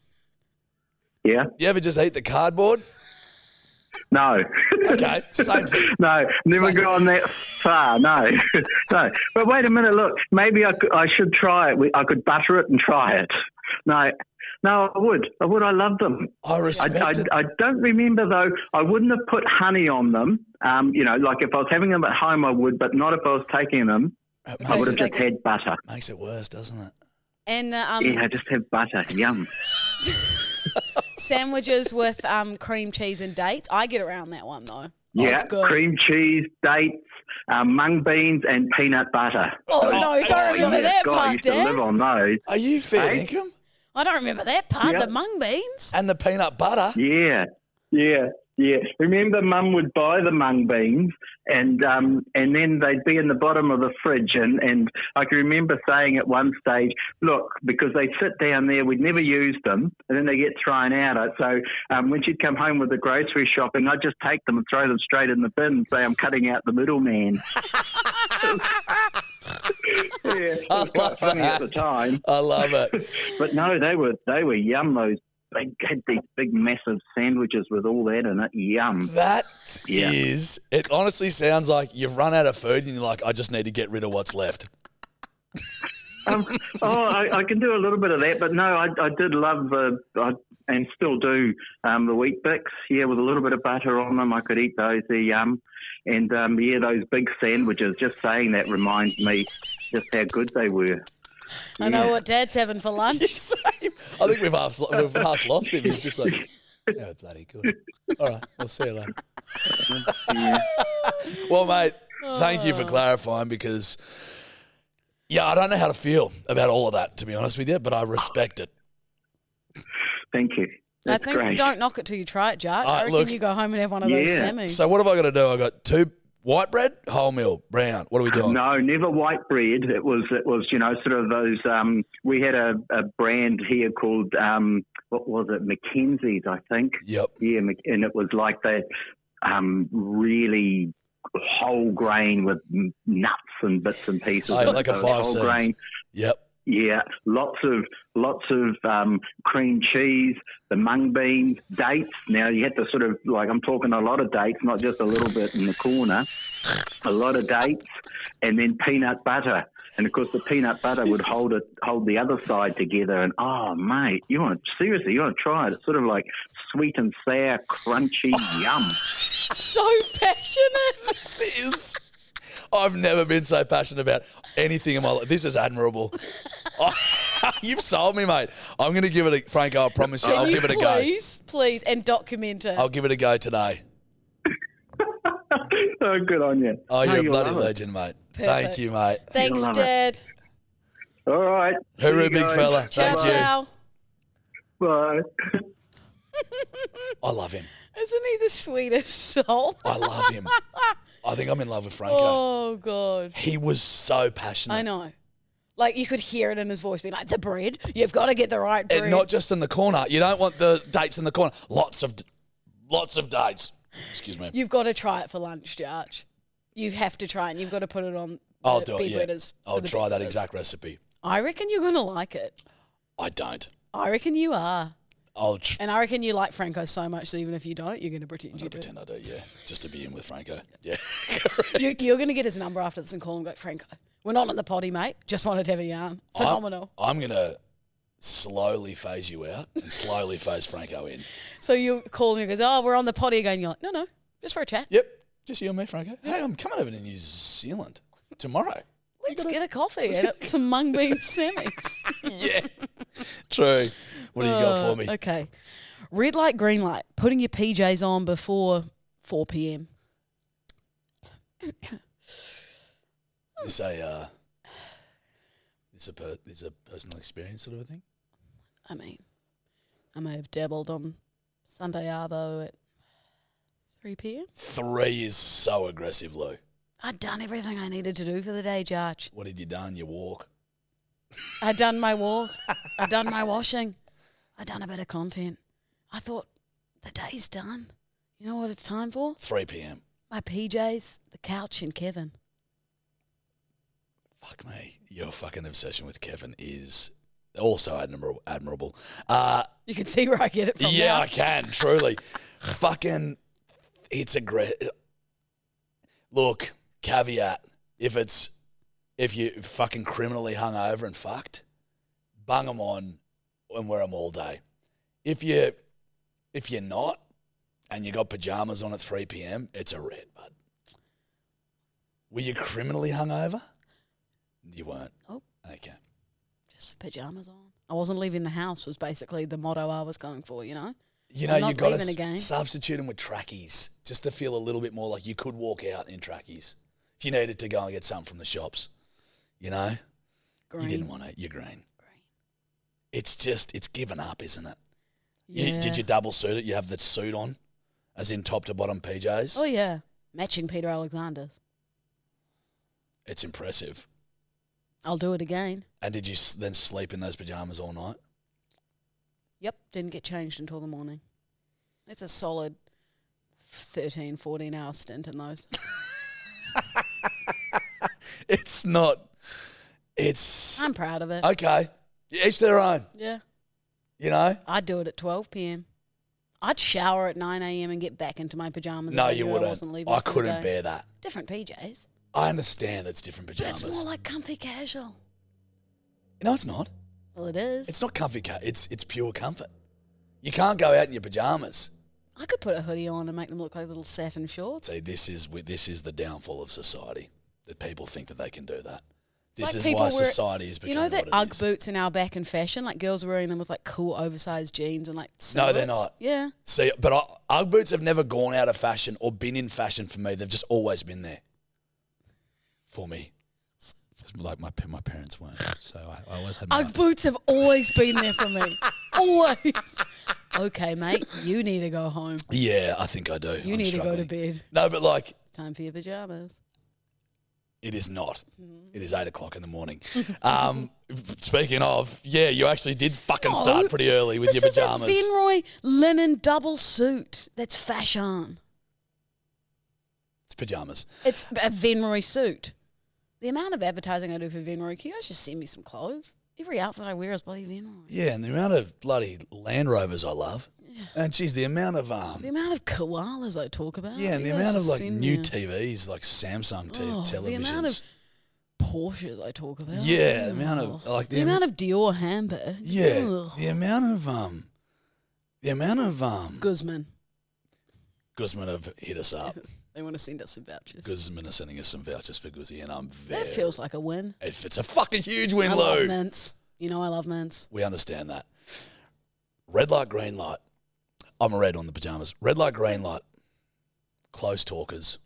[SPEAKER 6] Yeah,
[SPEAKER 2] You ever just eat the cardboard?
[SPEAKER 6] no.
[SPEAKER 2] Okay, same thing.
[SPEAKER 6] No, never
[SPEAKER 2] So-
[SPEAKER 6] gone that far. No, no. But wait a minute. Look, maybe I, could- I should try it. We- I could butter it and try it. No, no, I would. I would. I love them.
[SPEAKER 2] I
[SPEAKER 6] I,
[SPEAKER 2] respect
[SPEAKER 6] I,
[SPEAKER 2] it.
[SPEAKER 6] I don't remember though. I wouldn't have put honey on them. Um, you know, like if I was having them at home, I would, but not if I was taking them.
[SPEAKER 2] It
[SPEAKER 6] I
[SPEAKER 2] makes,
[SPEAKER 6] would
[SPEAKER 2] it,
[SPEAKER 6] have just had butter.
[SPEAKER 2] makes it worse, doesn't it?
[SPEAKER 1] And the um,
[SPEAKER 6] Yeah, just have butter. Yum.
[SPEAKER 1] sandwiches with um, cream cheese and dates. I get around that one though.
[SPEAKER 6] Yeah,
[SPEAKER 1] it's good.
[SPEAKER 6] cream cheese, dates, um, mung beans, and peanut butter.
[SPEAKER 1] Oh, no, don't
[SPEAKER 2] oh,
[SPEAKER 1] remember
[SPEAKER 6] yeah,
[SPEAKER 1] that
[SPEAKER 6] God, I
[SPEAKER 1] part,
[SPEAKER 6] used to
[SPEAKER 1] Dad.
[SPEAKER 6] live on those.
[SPEAKER 2] Are you fair
[SPEAKER 6] Hey.
[SPEAKER 2] income?
[SPEAKER 1] I don't remember that part.
[SPEAKER 6] Yep.
[SPEAKER 1] The mung beans.
[SPEAKER 2] And the peanut butter?
[SPEAKER 6] Yeah, yeah, yeah. Remember, Mum would buy the mung beans, and um, and then they'd be in the bottom of the fridge. And, and I can remember saying at one stage, "Look, because they sit down there, we'd never use them, and then they get thrown out." So um, when she'd come home with the grocery shopping, I'd just take them and throw them straight in the bin. and Say, "I'm cutting out the middleman." yeah, it
[SPEAKER 2] I
[SPEAKER 6] was quite
[SPEAKER 2] love
[SPEAKER 6] funny at the
[SPEAKER 2] that.
[SPEAKER 6] time.
[SPEAKER 2] I love it.
[SPEAKER 6] But no, they were they were yum. Those they had these big massive sandwiches with all that in it. Yum.
[SPEAKER 2] That is.
[SPEAKER 6] Yeah.
[SPEAKER 2] it honestly sounds like you've run out of food and you're like, I just need to get rid of what's left.
[SPEAKER 6] Um, oh, I, I can do a little bit of that, but no, I, I did love uh, I, and still do um, the wheat bix. Yeah, with a little bit of butter on them, I could eat those. They're yum. And um, yeah, those big sandwiches. Just saying that reminds me just how good they were.
[SPEAKER 1] I know what Dad's having for lunch.
[SPEAKER 2] I think we've half, we've half lost him. He's just like, oh, bloody good. All right, we'll see you later. well, mate, thank you for clarifying because, yeah, I don't know how to feel about all of that, to be honest with you, but I respect it.
[SPEAKER 6] Thank you.
[SPEAKER 1] I
[SPEAKER 6] That's
[SPEAKER 1] think
[SPEAKER 6] great.
[SPEAKER 1] don't knock it till you try it, Jark.
[SPEAKER 2] All right,
[SPEAKER 1] I reckon
[SPEAKER 2] Uh, look.
[SPEAKER 1] you go home and have one of those
[SPEAKER 6] Yeah.
[SPEAKER 1] sammies.
[SPEAKER 2] So, what have I got to do? I got two white bread, wholemeal, brown. What are we doing?
[SPEAKER 6] No, never white bread. It was it was you know sort of those. Um, we had a, a brand here called um, what was it Mackenzie's, I think.
[SPEAKER 2] Yep.
[SPEAKER 6] Yeah, Mc- and it was like that um, really whole grain with n- nuts and bits and pieces.
[SPEAKER 2] Oh, like a
[SPEAKER 6] So it's
[SPEAKER 2] five
[SPEAKER 6] whole
[SPEAKER 2] cents.
[SPEAKER 6] grain.
[SPEAKER 2] Yep.
[SPEAKER 6] Yeah, lots of lots of um, cream cheese, the mung beans, dates. Now you had to sort of like I'm talking a lot of dates, not just a little bit in the corner. A lot of dates, and then peanut butter. And of course, the peanut butter would hold it, hold the other side together. And oh, mate, you want seriously? You want to try it? It's sort of like sweet and sour, crunchy, yum.
[SPEAKER 1] so passionate.
[SPEAKER 2] This is. I've never been so passionate about anything in my life. This is admirable. You've sold me, mate. I'm going to give it a Franco. I promise you,
[SPEAKER 1] Can
[SPEAKER 2] I'll
[SPEAKER 1] you
[SPEAKER 2] give it a go.
[SPEAKER 1] please, please, and document it.
[SPEAKER 2] I'll give it a go today.
[SPEAKER 6] oh, good on you.
[SPEAKER 2] Oh,
[SPEAKER 6] No,
[SPEAKER 2] you're a
[SPEAKER 6] you'll
[SPEAKER 2] bloody
[SPEAKER 6] love it.
[SPEAKER 2] legend, mate. Thank
[SPEAKER 1] Perfect.
[SPEAKER 2] you, mate.
[SPEAKER 1] Thanks,
[SPEAKER 6] love it.
[SPEAKER 1] Dad.
[SPEAKER 6] All right. See
[SPEAKER 2] Hooroo,
[SPEAKER 6] you
[SPEAKER 2] big
[SPEAKER 6] guys.
[SPEAKER 2] fella.
[SPEAKER 1] Ciao,
[SPEAKER 2] Thank you.
[SPEAKER 1] ciao.
[SPEAKER 6] Bye.
[SPEAKER 2] I love him.
[SPEAKER 1] Isn't he the sweetest soul?
[SPEAKER 2] I love him. I think I'm in love with Franco.
[SPEAKER 1] Oh God,
[SPEAKER 2] He was so passionate.
[SPEAKER 1] I know. Like you could hear it in his voice, being like, "The bread, you've got to get the right bread."
[SPEAKER 2] And not just in the corner. You don't want the dates in the corner. Lots of, lots of dates. Excuse me.
[SPEAKER 1] you've got to try it for lunch, Jarch. You have to try it. and You've got to put it on.
[SPEAKER 2] I'll
[SPEAKER 1] the
[SPEAKER 2] do it.
[SPEAKER 1] bed
[SPEAKER 2] Yeah.
[SPEAKER 1] wetters for
[SPEAKER 2] I'll
[SPEAKER 1] the
[SPEAKER 2] try
[SPEAKER 1] bed
[SPEAKER 2] that
[SPEAKER 1] wetters.
[SPEAKER 2] exact recipe.
[SPEAKER 1] I reckon you're gonna like it.
[SPEAKER 2] I don't.
[SPEAKER 1] I reckon you are,
[SPEAKER 2] I'll tr-
[SPEAKER 1] and I reckon you like Franco so much that even if you don't, you're gonna pretend you do.
[SPEAKER 2] pretend I do, yeah. Just to be in with Franco. Yeah.
[SPEAKER 1] You, you're gonna get his number after this and call him. and Go, Franco. We're not at the potty, mate. Just wanted to have a yarn. Phenomenal.
[SPEAKER 2] I'm, going to slowly phase you out and slowly phase Franco in.
[SPEAKER 1] So you call him and he goes, Oh, we're on the potty again. You're like, No, no, just for a chat.
[SPEAKER 2] Yep. Just you and me, Franco. Hey, I'm coming over to New Zealand tomorrow.
[SPEAKER 1] Let's get a coffee and some mung bean sammies.
[SPEAKER 2] yeah. True. What do you got for me?
[SPEAKER 1] Oh, Uh, okay. Red light, green light. Putting your PJs on before 4 p.m.
[SPEAKER 2] This a, uh, this a, per- this a personal experience sort of a thing?
[SPEAKER 1] I mean, I may have dabbled on Sunday Arvo at 3 p.m.
[SPEAKER 2] Three is so aggressive, Lou.
[SPEAKER 1] I'd done everything I needed to do for the day, Jarch.
[SPEAKER 2] What had you done? You walk.
[SPEAKER 1] I'd done my walk. I'd done my washing. I'd done a bit of content. I thought, the day's done. You know what it's time for?
[SPEAKER 2] 3 p.m.
[SPEAKER 1] My PJs, the couch, and Kevin.
[SPEAKER 2] Fuck me. Your fucking obsession with Kevin is also admirable. admirable. Uh,
[SPEAKER 1] You can see where I get it from.
[SPEAKER 2] yeah,
[SPEAKER 1] now.
[SPEAKER 2] I can truly. fucking, it's a great. Look, caveat: if it's if you fucking criminally hungover and fucked, bung them on and wear them all day. If you if you're not and you got pajamas on at three p.m., it's a red. But were you criminally hungover? You weren't.
[SPEAKER 1] Nope.
[SPEAKER 2] Okay.
[SPEAKER 1] Just pajamas on. I wasn't leaving the house. Was basically the motto I was going for. You know.
[SPEAKER 2] You know,
[SPEAKER 1] I'm
[SPEAKER 2] you
[SPEAKER 1] not
[SPEAKER 2] got
[SPEAKER 1] leaving
[SPEAKER 2] to
[SPEAKER 1] again.
[SPEAKER 2] substitute them with trackies just to feel a little bit more like you could walk out in trackies if you needed to go and get something from the shops. You know,
[SPEAKER 1] Green.
[SPEAKER 2] you didn't want to. You're green.
[SPEAKER 1] Green.
[SPEAKER 2] It's just it's given up, isn't it?
[SPEAKER 1] Yeah.
[SPEAKER 2] You, did you double suit it? You have the suit on, as in top to bottom PJs.
[SPEAKER 1] Oh yeah, matching Peter Alexander's.
[SPEAKER 2] It's impressive.
[SPEAKER 1] I'll do it again.
[SPEAKER 2] And did you s- then sleep in those pajamas all night?
[SPEAKER 1] Yep, didn't get changed until the morning. It's a solid 13, 14 hour stint in those.
[SPEAKER 2] It's not. It's
[SPEAKER 1] I'm proud of it.
[SPEAKER 2] okay. Each their own.
[SPEAKER 1] yeah.
[SPEAKER 2] You know.
[SPEAKER 1] I'd do it at 12 p.m. I'd shower at 9 a.m. and get back into my pajamas. if
[SPEAKER 2] No,
[SPEAKER 1] I
[SPEAKER 2] you
[SPEAKER 1] knew
[SPEAKER 2] wouldn't.
[SPEAKER 1] I, wasn't leaving
[SPEAKER 2] I
[SPEAKER 1] for the
[SPEAKER 2] couldn't
[SPEAKER 1] day.
[SPEAKER 2] bear that.
[SPEAKER 1] Different PJs.
[SPEAKER 2] I understand that's different
[SPEAKER 1] But
[SPEAKER 2] pajamas.
[SPEAKER 1] it's more like comfy casual.
[SPEAKER 2] no, it's not.
[SPEAKER 1] Well, it is.
[SPEAKER 2] It's not comfy. Ca- it's it's pure comfort. You can't go out in your pajamas.
[SPEAKER 1] I could put a hoodie on and make them look like little satin shorts.
[SPEAKER 2] See, this is wi- this is the downfall of society that people think that they can do that.
[SPEAKER 1] It's
[SPEAKER 2] This
[SPEAKER 1] like
[SPEAKER 2] is
[SPEAKER 1] people
[SPEAKER 2] why
[SPEAKER 1] wear-
[SPEAKER 2] society is
[SPEAKER 1] You
[SPEAKER 2] becoming
[SPEAKER 1] know that
[SPEAKER 2] what it
[SPEAKER 1] UGG
[SPEAKER 2] is.
[SPEAKER 1] boots are now back in fashion? Like girls are wearing them with like cool oversized jeans and like.
[SPEAKER 2] No, they're
[SPEAKER 1] singlets?
[SPEAKER 2] not.
[SPEAKER 1] Yeah.
[SPEAKER 2] See, but I, UGG boots have never gone out of fashion or been in fashion for me. They've just always been there for me. It's Like my pa- my parents weren't, so I, I always had. My
[SPEAKER 1] Ugg boots have always been there for me. always. Okay, mate, you need to go home.
[SPEAKER 2] yeah, I think I do.
[SPEAKER 1] You
[SPEAKER 2] I'm
[SPEAKER 1] need to go
[SPEAKER 2] struggling.
[SPEAKER 1] to bed.
[SPEAKER 2] No, but like
[SPEAKER 1] Time for your pajamas.
[SPEAKER 2] It is not.
[SPEAKER 1] Mm-hmm.
[SPEAKER 2] It is eight o'clock in the morning. um, speaking of, yeah, you actually did fucking start
[SPEAKER 1] No,
[SPEAKER 2] pretty early with
[SPEAKER 1] Oh. this
[SPEAKER 2] your
[SPEAKER 1] is a
[SPEAKER 2] pajamas.
[SPEAKER 1] Vinroy linen double suit. That's fashion.
[SPEAKER 2] it's pajamas.
[SPEAKER 1] It's a Vinroy suit. The amount of advertising I do for Vinroy, can you guys just send me some clothes? Every outfit I wear is bloody Vinroy.
[SPEAKER 2] Yeah, and the amount of bloody Land Rovers I love, and geez, the amount of
[SPEAKER 1] The
[SPEAKER 2] um,
[SPEAKER 1] amount of koalas I talk about.
[SPEAKER 2] yeah, and the
[SPEAKER 1] you guys
[SPEAKER 2] amount of
[SPEAKER 1] Oh, just
[SPEAKER 2] like
[SPEAKER 1] send
[SPEAKER 2] new
[SPEAKER 1] me-
[SPEAKER 2] TVs, like Samsung t-
[SPEAKER 1] Oh, the
[SPEAKER 2] televisions.
[SPEAKER 1] amount of Porsches I talk about.
[SPEAKER 2] Yeah, the amount of-
[SPEAKER 1] Oh.
[SPEAKER 2] like, the
[SPEAKER 1] the
[SPEAKER 2] am-
[SPEAKER 1] amount of Dior handbag.
[SPEAKER 2] yeah,
[SPEAKER 1] Ugh.
[SPEAKER 2] the amount of um, the amount of um,
[SPEAKER 1] Guzman.
[SPEAKER 2] Guzman have hit us up.
[SPEAKER 1] They want to send us some vouchers.
[SPEAKER 2] Guzman are sending us some vouchers for Guzzy, and I'm very.
[SPEAKER 1] That feels like a win.
[SPEAKER 2] If it's a fucking huge win,
[SPEAKER 1] I
[SPEAKER 2] Lou.
[SPEAKER 1] love mints. You know I love mints.
[SPEAKER 2] We understand that. Red light, green light. I'm a red on the pajamas. Red light, green light. Close talkers.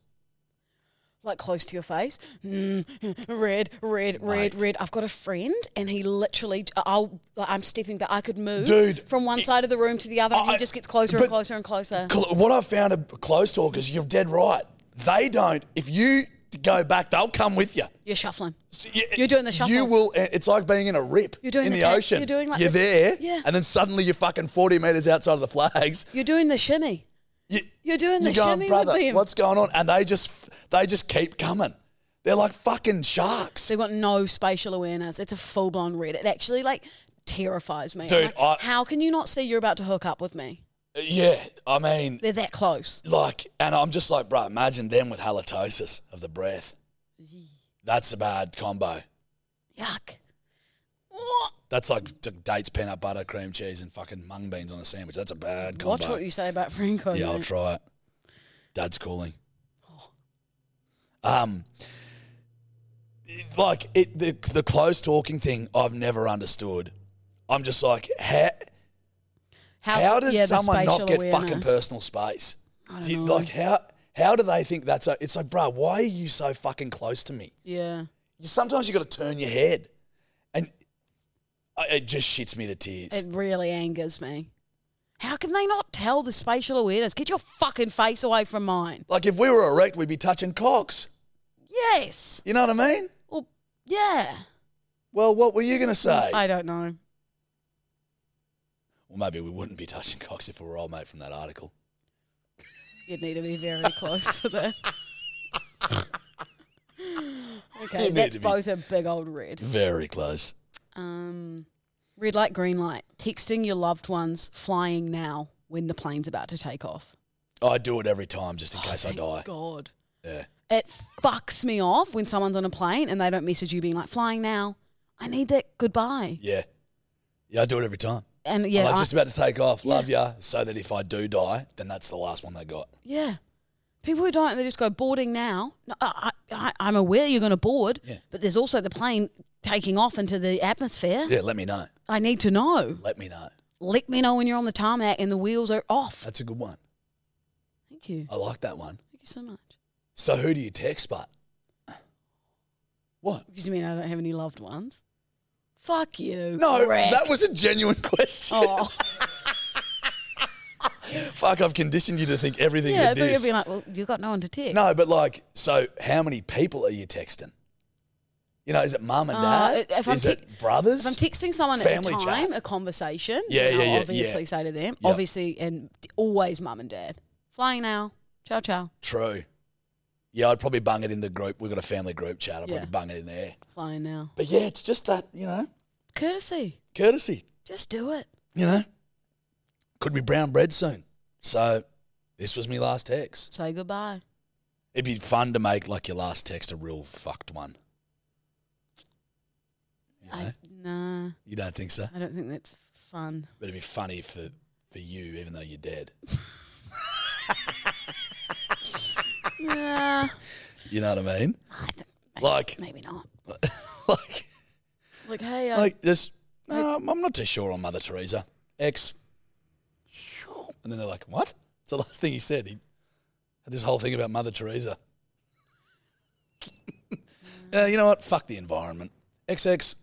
[SPEAKER 1] Like close to your face. Mm, red, red,
[SPEAKER 2] Mate.
[SPEAKER 1] red, red. I've got a friend and he literally, I'll, I'm stepping back. I could move
[SPEAKER 2] Dude,
[SPEAKER 1] from one
[SPEAKER 2] it-
[SPEAKER 1] side of the room to the other and
[SPEAKER 2] I-
[SPEAKER 1] he just gets closer and
[SPEAKER 2] but-
[SPEAKER 1] closer and closer.
[SPEAKER 2] Cl- what I've found of close talkers, you're dead right. They don't. If you go back, they'll come with you.
[SPEAKER 1] You're shuffling.
[SPEAKER 2] So you-
[SPEAKER 1] You're doing the shuffle.
[SPEAKER 2] You will. eh, It's like being in a rip
[SPEAKER 1] You're doing
[SPEAKER 2] in the,
[SPEAKER 1] the tap-
[SPEAKER 2] ocean.
[SPEAKER 1] you're doing like
[SPEAKER 2] You're
[SPEAKER 1] the-
[SPEAKER 2] there,
[SPEAKER 1] yeah.
[SPEAKER 2] and then suddenly you're fucking 40 meters outside of the flags.
[SPEAKER 1] You're doing the shimmy.
[SPEAKER 2] You,
[SPEAKER 1] You're doing the
[SPEAKER 2] you're going,
[SPEAKER 1] shimmy
[SPEAKER 2] brother.
[SPEAKER 1] with him.
[SPEAKER 2] What's going on? And they just they just keep coming. They're like fucking sharks.
[SPEAKER 1] They've got no spatial awareness. It's a full blown red. It actually like terrifies me. I'm
[SPEAKER 2] Dude,
[SPEAKER 1] like,
[SPEAKER 2] I-
[SPEAKER 1] how can you not see you're about to hook up with me?
[SPEAKER 2] Yeah, I mean,
[SPEAKER 1] They're that close.
[SPEAKER 2] Like, and I'm just like, bro, imagine them with halitosis of the breath. That's a bad combo.
[SPEAKER 1] Yuck.
[SPEAKER 2] That's like d- dates, peanut butter, cream cheese, and fucking mung beans on a sandwich. That's a bad combo.
[SPEAKER 1] Watch what you say about Franco.
[SPEAKER 2] yeah, I'll
[SPEAKER 1] mate.
[SPEAKER 2] try it. Dad's calling.
[SPEAKER 1] Oh.
[SPEAKER 2] Um, it- like it, the the close talking thing, I've never understood. I'm just like, how how, does
[SPEAKER 1] yeah, the
[SPEAKER 2] someone not
[SPEAKER 1] spatial
[SPEAKER 2] get fucking
[SPEAKER 1] awareness.
[SPEAKER 2] personal space?
[SPEAKER 1] I
[SPEAKER 2] Do you-
[SPEAKER 1] don't know.
[SPEAKER 2] like how how do they think that's a, it's like, bro, why are you so fucking close to me?
[SPEAKER 1] Yeah.
[SPEAKER 2] You, sometimes you got to turn your head, and I, it just shits me to tears.
[SPEAKER 1] It really angers me. How can they not tell the spatial awareness? Get your fucking face away from mine.
[SPEAKER 2] like if we were erect, we'd be touching cocks.
[SPEAKER 1] Yes.
[SPEAKER 2] You know what I mean?
[SPEAKER 1] Well, yeah.
[SPEAKER 2] Well, what were you gonna say?
[SPEAKER 1] I don't know.
[SPEAKER 2] well, maybe we wouldn't be touching cocks if we were old mate from that article.
[SPEAKER 1] You'd need to be very close for that. Okay,
[SPEAKER 2] need
[SPEAKER 1] that's
[SPEAKER 2] to be-
[SPEAKER 1] both a big old red.
[SPEAKER 2] Very close.
[SPEAKER 1] Um, red light, green light. Texting your loved ones, flying now when the plane's about to take off.
[SPEAKER 2] I do it every time just in case I
[SPEAKER 1] Oh, Thank
[SPEAKER 2] die.
[SPEAKER 1] God.
[SPEAKER 2] Yeah.
[SPEAKER 1] It fucks me off when someone's on a plane and they don't message you being like, flying now. I need that goodbye.
[SPEAKER 2] Yeah. Yeah, I do it every time.
[SPEAKER 1] And yeah,
[SPEAKER 2] Yeah, I'm like,
[SPEAKER 1] I-
[SPEAKER 2] just about to take off. Love ya. So that if I do die, then that's the last one they got.
[SPEAKER 1] yeah. People who don't, they just go boarding now. No, I, I, I'm aware you're going to board,
[SPEAKER 2] Yeah.
[SPEAKER 1] but there's also the plane taking off into the atmosphere.
[SPEAKER 2] Yeah, let me know.
[SPEAKER 1] I need to know.
[SPEAKER 2] Let me know.
[SPEAKER 1] Let me know when you're on the tarmac and the wheels are off.
[SPEAKER 2] That's a good one.
[SPEAKER 1] Thank you.
[SPEAKER 2] I like that one.
[SPEAKER 1] Thank you so much.
[SPEAKER 2] So who do you text, but? What?
[SPEAKER 1] Because you mean I don't have any loved ones? Fuck you.
[SPEAKER 2] No,
[SPEAKER 1] prick.
[SPEAKER 2] that was a genuine question.
[SPEAKER 1] Oh,
[SPEAKER 2] Fuck, I've conditioned you to think everything
[SPEAKER 1] yeah,
[SPEAKER 2] it
[SPEAKER 1] but you'd
[SPEAKER 2] is.
[SPEAKER 1] be like, well, you've got no one to text.
[SPEAKER 2] no, but like, so how many people are you texting? You know, is it mum and
[SPEAKER 1] Uh,
[SPEAKER 2] dad?
[SPEAKER 1] if I'm
[SPEAKER 2] is
[SPEAKER 1] te-
[SPEAKER 2] it
[SPEAKER 1] If
[SPEAKER 2] brothers?
[SPEAKER 1] I'm texting someone at the
[SPEAKER 2] Family chat.
[SPEAKER 1] time, a conversation,
[SPEAKER 2] Yeah,
[SPEAKER 1] then
[SPEAKER 2] yeah,
[SPEAKER 1] I'll
[SPEAKER 2] yeah,
[SPEAKER 1] obviously
[SPEAKER 2] yeah.
[SPEAKER 1] say to them,
[SPEAKER 2] Yep.
[SPEAKER 1] obviously, and always mum and dad. Flying now. Ciao, ciao.
[SPEAKER 2] True. Yeah, I'd probably bung it in the group. We've got a family group chat. I'd
[SPEAKER 1] Yeah.
[SPEAKER 2] probably bung it in there.
[SPEAKER 1] Flying now.
[SPEAKER 2] But yeah, it's just that, you know,
[SPEAKER 1] Courtesy.
[SPEAKER 2] courtesy,
[SPEAKER 1] Just do it.
[SPEAKER 2] you know. Could be brown bread soon. So this was me last text.
[SPEAKER 1] Say goodbye.
[SPEAKER 2] It'd be fun to make like your last text a real fucked one. You, know?
[SPEAKER 1] I, nah,
[SPEAKER 2] You don't think so?
[SPEAKER 1] I don't think that's fun.
[SPEAKER 2] But it'd be funny for, for you, even though you're dead.
[SPEAKER 1] nah,
[SPEAKER 2] You know what I mean?
[SPEAKER 1] I think
[SPEAKER 2] Like,
[SPEAKER 1] maybe not.
[SPEAKER 2] like,
[SPEAKER 1] Like, hey, I,
[SPEAKER 2] like this. No, I'm not too sure on Mother Teresa. X. And then they're like, what? It's the last thing he said. He had this whole thing about Mother Teresa. uh, you know what? Fuck the environment. XX.